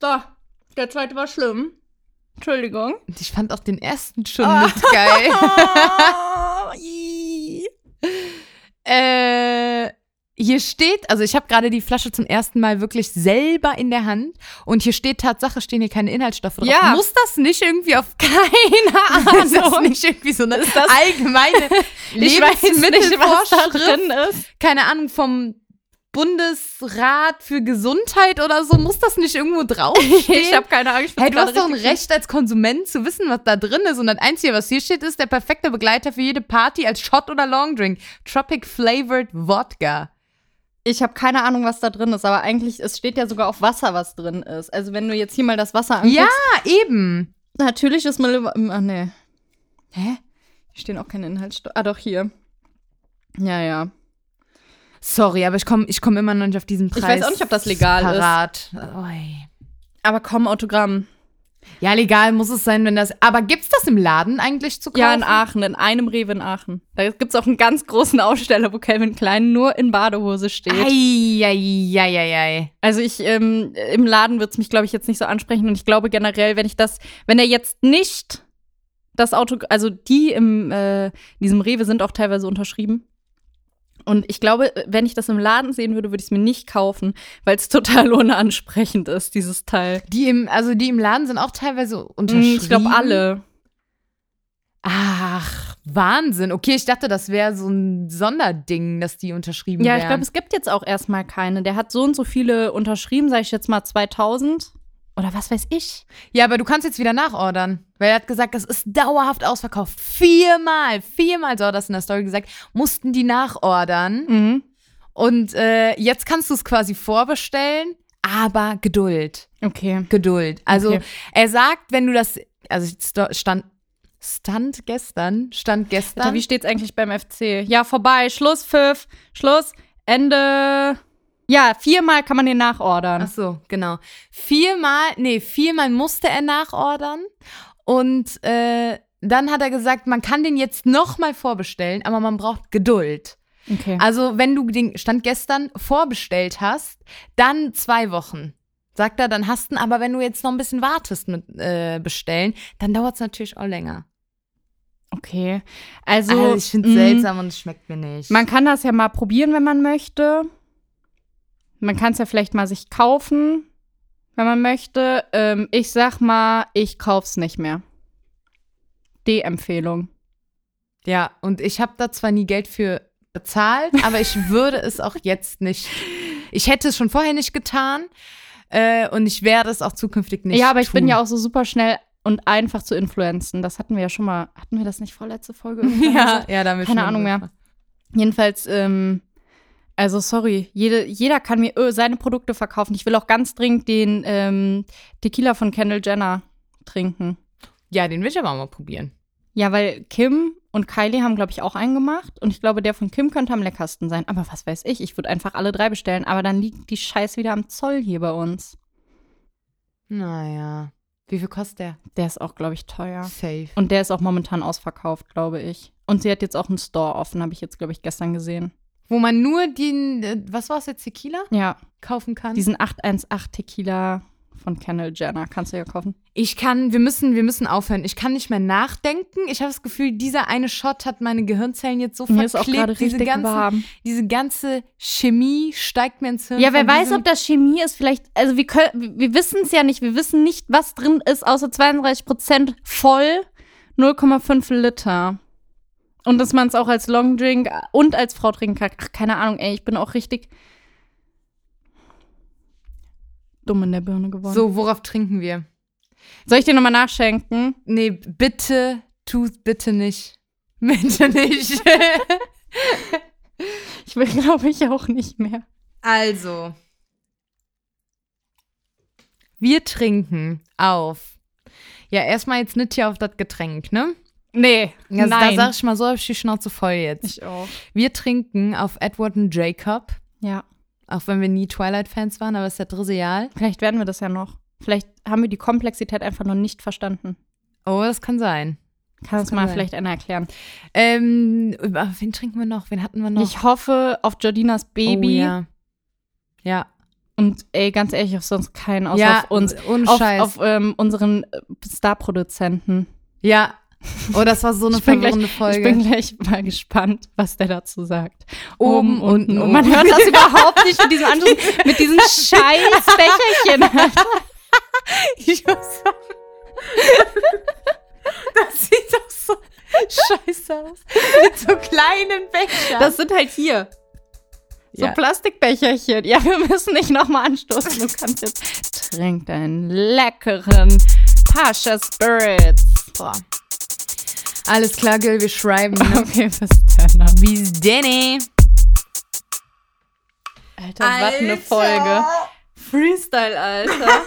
Speaker 1: da, der zweite war schlimm. Entschuldigung.
Speaker 2: ich fand auch den ersten schon nicht geil. Äh, hier steht, also ich habe gerade die Flasche zum ersten Mal wirklich selber in der Hand und hier steht Tatsache, stehen hier keine Inhaltsstoffe drauf.
Speaker 1: Ja.
Speaker 2: Muss das nicht irgendwie auf keine Ahnung? Ist das nicht irgendwie so eine
Speaker 1: Also, das-
Speaker 2: allgemeine
Speaker 1: Ah, ich weiß nicht, was da
Speaker 2: Lebensmittelvorschrift?
Speaker 1: drin ist.
Speaker 2: Keine Ahnung, vom Bundesrat für Gesundheit oder so. Muss das nicht irgendwo draufstehen?
Speaker 1: hab keine Ahnung. Ich
Speaker 2: Hey, du hast doch ein Recht als Konsument zu wissen, was da drin ist. Und das Einzige, was hier steht, ist der perfekte Begleiter für jede Party als Shot oder Longdrink. Tropic Flavored Wodka.
Speaker 1: Ich habe keine Ahnung, was da drin ist, aber eigentlich, es steht ja sogar auf Wasser, was drin ist. Also wenn du jetzt hier mal das Wasser anguckst.
Speaker 2: Ja, eben.
Speaker 1: Natürlich ist Mille... Ach nee,
Speaker 2: Hä?
Speaker 1: hier stehen auch keine Inhaltsstoffe. Ah, doch, hier. Ja, ja.
Speaker 2: Sorry, aber ich komme ich komm immer noch nicht auf diesen
Speaker 1: Ich
Speaker 2: Preis.
Speaker 1: weiß auch nicht, ob das legal ist.
Speaker 2: Parat. Oi.
Speaker 1: Aber komm, Autogramm.
Speaker 2: Ja, legal muss es sein, wenn das. Aber gibt's das im Laden eigentlich zu kaufen?
Speaker 1: Ja, in Aachen, in einem Rewe in Aachen. Da gibt's auch einen ganz großen Aussteller, wo Calvin Klein nur in Badehose steht.
Speaker 2: Eieieiei.
Speaker 1: Also ich, ähm, im Laden wird's mich, glaube ich, jetzt nicht so ansprechen. Und ich glaube generell, wenn ich das, wenn er jetzt nicht das Auto, also die im, äh, diesem Rewe sind auch teilweise unterschrieben. Und ich glaube, wenn ich das im Laden sehen würde, würde ich es mir nicht kaufen, weil es total unansprechend ist, dieses Teil.
Speaker 2: Die im, also die im Laden sind auch teilweise
Speaker 1: Mm,
Speaker 2: unterschrieben.
Speaker 1: Ich glaube, alle.
Speaker 2: Ach, Wahnsinn. Okay, ich dachte, das wäre so ein Sonderding, dass die unterschrieben
Speaker 1: Ja,
Speaker 2: wären.
Speaker 1: ich glaube, es gibt jetzt auch erstmal keine. Der hat so und so viele unterschrieben, sage ich jetzt mal 2000 oder was weiß ich.
Speaker 2: Ja, aber du kannst jetzt wieder nachordern. Weil er hat gesagt, es ist dauerhaft ausverkauft. Viermal, viermal, so hat er das in der Story gesagt, mussten die nachordern.
Speaker 1: Mhm.
Speaker 2: Und äh, jetzt kannst du es quasi vorbestellen, aber Geduld.
Speaker 1: Okay.
Speaker 2: Geduld. Also
Speaker 1: Okay.
Speaker 2: er sagt, wenn du das, also sto- stand, stand gestern, stand
Speaker 1: Alter,
Speaker 2: gestern.
Speaker 1: wie steht's eigentlich beim FC? Ja, vorbei. Schluss, Pfiff, Schluss, Ende. Ja, viermal kann man den nachordern.
Speaker 2: Ach so, genau. Viermal, nee, viermal musste er nachordern. Und äh, dann hat er gesagt, man kann den jetzt nochmal vorbestellen, aber man braucht Geduld.
Speaker 1: Okay.
Speaker 2: Also, wenn du den Stand gestern vorbestellt hast, dann zwei Wochen. Sagt er, dann hast du ihn, aber wenn du jetzt noch ein bisschen wartest mit äh, bestellen, dann dauert es natürlich auch länger.
Speaker 1: Okay. Also,
Speaker 2: also, ich finde es
Speaker 1: mh,
Speaker 2: seltsam und es schmeckt mir nicht.
Speaker 1: Man kann das ja mal probieren, wenn man möchte. Man kann es ja vielleicht mal sich kaufen, wenn man möchte. Ähm, ich sag mal, ich kauf's nicht mehr. Die Empfehlung.
Speaker 2: ja, und ich habe da zwar nie Geld für bezahlt, aber ich würde es auch jetzt nicht. Ich hätte es schon vorher nicht getan äh, und ich werde es auch zukünftig nicht.
Speaker 1: ja, aber ich
Speaker 2: tun.
Speaker 1: bin ja auch so super schnell und einfach zu influenzen. Das hatten wir ja schon mal. Hatten wir das nicht vorletzte Folge? irgendwann
Speaker 2: Ja,
Speaker 1: gesagt?
Speaker 2: ja damit
Speaker 1: Keine Ahnung mehr. Jedenfalls, ähm, also sorry, jede, jeder kann mir äh, seine Produkte verkaufen. Ich will auch ganz dringend den ähm, Tequila von Kendall Jenner trinken.
Speaker 2: Ja, den will ich aber mal probieren.
Speaker 1: Ja, weil Kim und Kylie haben, glaube ich, auch einen gemacht. Und ich glaube, der von Kim könnte am leckersten sein. Aber was weiß ich, ich würde einfach alle drei bestellen. Aber dann liegt die Scheiß wieder am Zoll hier bei uns.
Speaker 2: Naja. Wie viel kostet der?
Speaker 1: Der ist auch, glaube ich, teuer.
Speaker 2: Safe.
Speaker 1: Und der ist auch momentan ausverkauft, glaube ich. Und sie hat jetzt auch einen Store offen, habe ich jetzt, glaube ich, gestern gesehen.
Speaker 2: Wo man nur den, äh, was war es jetzt, Tequila
Speaker 1: Ja,
Speaker 2: kaufen kann?
Speaker 1: diesen 818 Tequila von Kendall Jenner kannst du ja kaufen.
Speaker 2: ich kann, wir müssen, wir müssen aufhören. Ich kann nicht mehr nachdenken. Ich habe das Gefühl, dieser eine Shot hat meine Gehirnzellen jetzt so
Speaker 1: Mir ist auch gerade
Speaker 2: verklebt. Diese
Speaker 1: richtig
Speaker 2: ganze,
Speaker 1: warm.
Speaker 2: diese ganze Chemie steigt mir ins Hirn.
Speaker 1: Ja, wer
Speaker 2: von
Speaker 1: weiß,
Speaker 2: diesem-
Speaker 1: ob das Chemie ist. Vielleicht, also wir, kö- wir wissen es ja nicht. Wir wissen nicht, was drin ist, außer 32 Prozent voll, 0,5 Liter. Und dass man es auch als Longdrink und als Frau trinken kann. Ach, keine Ahnung, ey, ich bin auch richtig dumm in der Birne geworden.
Speaker 2: So, worauf trinken wir?
Speaker 1: Soll ich dir nochmal nachschenken?
Speaker 2: Nee, bitte, tu bitte nicht. Bitte nicht.
Speaker 1: Ich will, glaube ich, auch nicht mehr.
Speaker 2: also. Wir trinken auf. Ja, erstmal jetzt nicht hier auf das Getränk, ne?
Speaker 1: Nee,
Speaker 2: Ja, also
Speaker 1: nein.
Speaker 2: Da sag ich mal so, hab ich die Schnauze voll jetzt.
Speaker 1: ich auch.
Speaker 2: Wir trinken auf Edward und Jacob,
Speaker 1: Ja,
Speaker 2: auch wenn wir nie Twilight-Fans waren, aber ist ja drisial.
Speaker 1: vielleicht werden wir das ja noch. Vielleicht haben wir die Komplexität einfach noch nicht verstanden.
Speaker 2: Oh, das kann sein.
Speaker 1: Kann uns
Speaker 2: kann
Speaker 1: mal
Speaker 2: sein.
Speaker 1: vielleicht einer erklären.
Speaker 2: Ähm, über- wen trinken wir noch? Wen hatten wir noch?
Speaker 1: Ich hoffe auf Jordinas Baby
Speaker 2: Oh, ja. Ja.
Speaker 1: und ey, ganz ehrlich, auf sonst keinen, außer
Speaker 2: ja,
Speaker 1: auf uns.
Speaker 2: Ohne
Speaker 1: Auf,
Speaker 2: Scheiß.
Speaker 1: auf ähm, unseren äh, Star-Produzenten.
Speaker 2: ja. Oh, das war so eine
Speaker 1: Ich bin gleich-
Speaker 2: verwirrende
Speaker 1: Ich
Speaker 2: Folge.
Speaker 1: bin gleich mal gespannt, was der dazu sagt.
Speaker 2: Oben, unten,
Speaker 1: Und man
Speaker 2: oben.
Speaker 1: hört das überhaupt nicht mit diesem Anschluss, mit diesen scheiß Becherchen.
Speaker 2: Ich muss sagen, das sieht doch so scheiße aus. Mit so kleinen Bechern.
Speaker 1: Das sind halt hier. So
Speaker 2: Ja.
Speaker 1: Plastikbecherchen. Ja, wir müssen nicht nochmal anstoßen. Du kannst jetzt. Trink deinen leckeren Pascha Spirits.
Speaker 2: Boah. Alles klar, Gil, wir schreiben. Ne?
Speaker 1: Okay, bis dann.
Speaker 2: Bis denn.
Speaker 1: Alter, was eine Folge. Freestyle, Alter.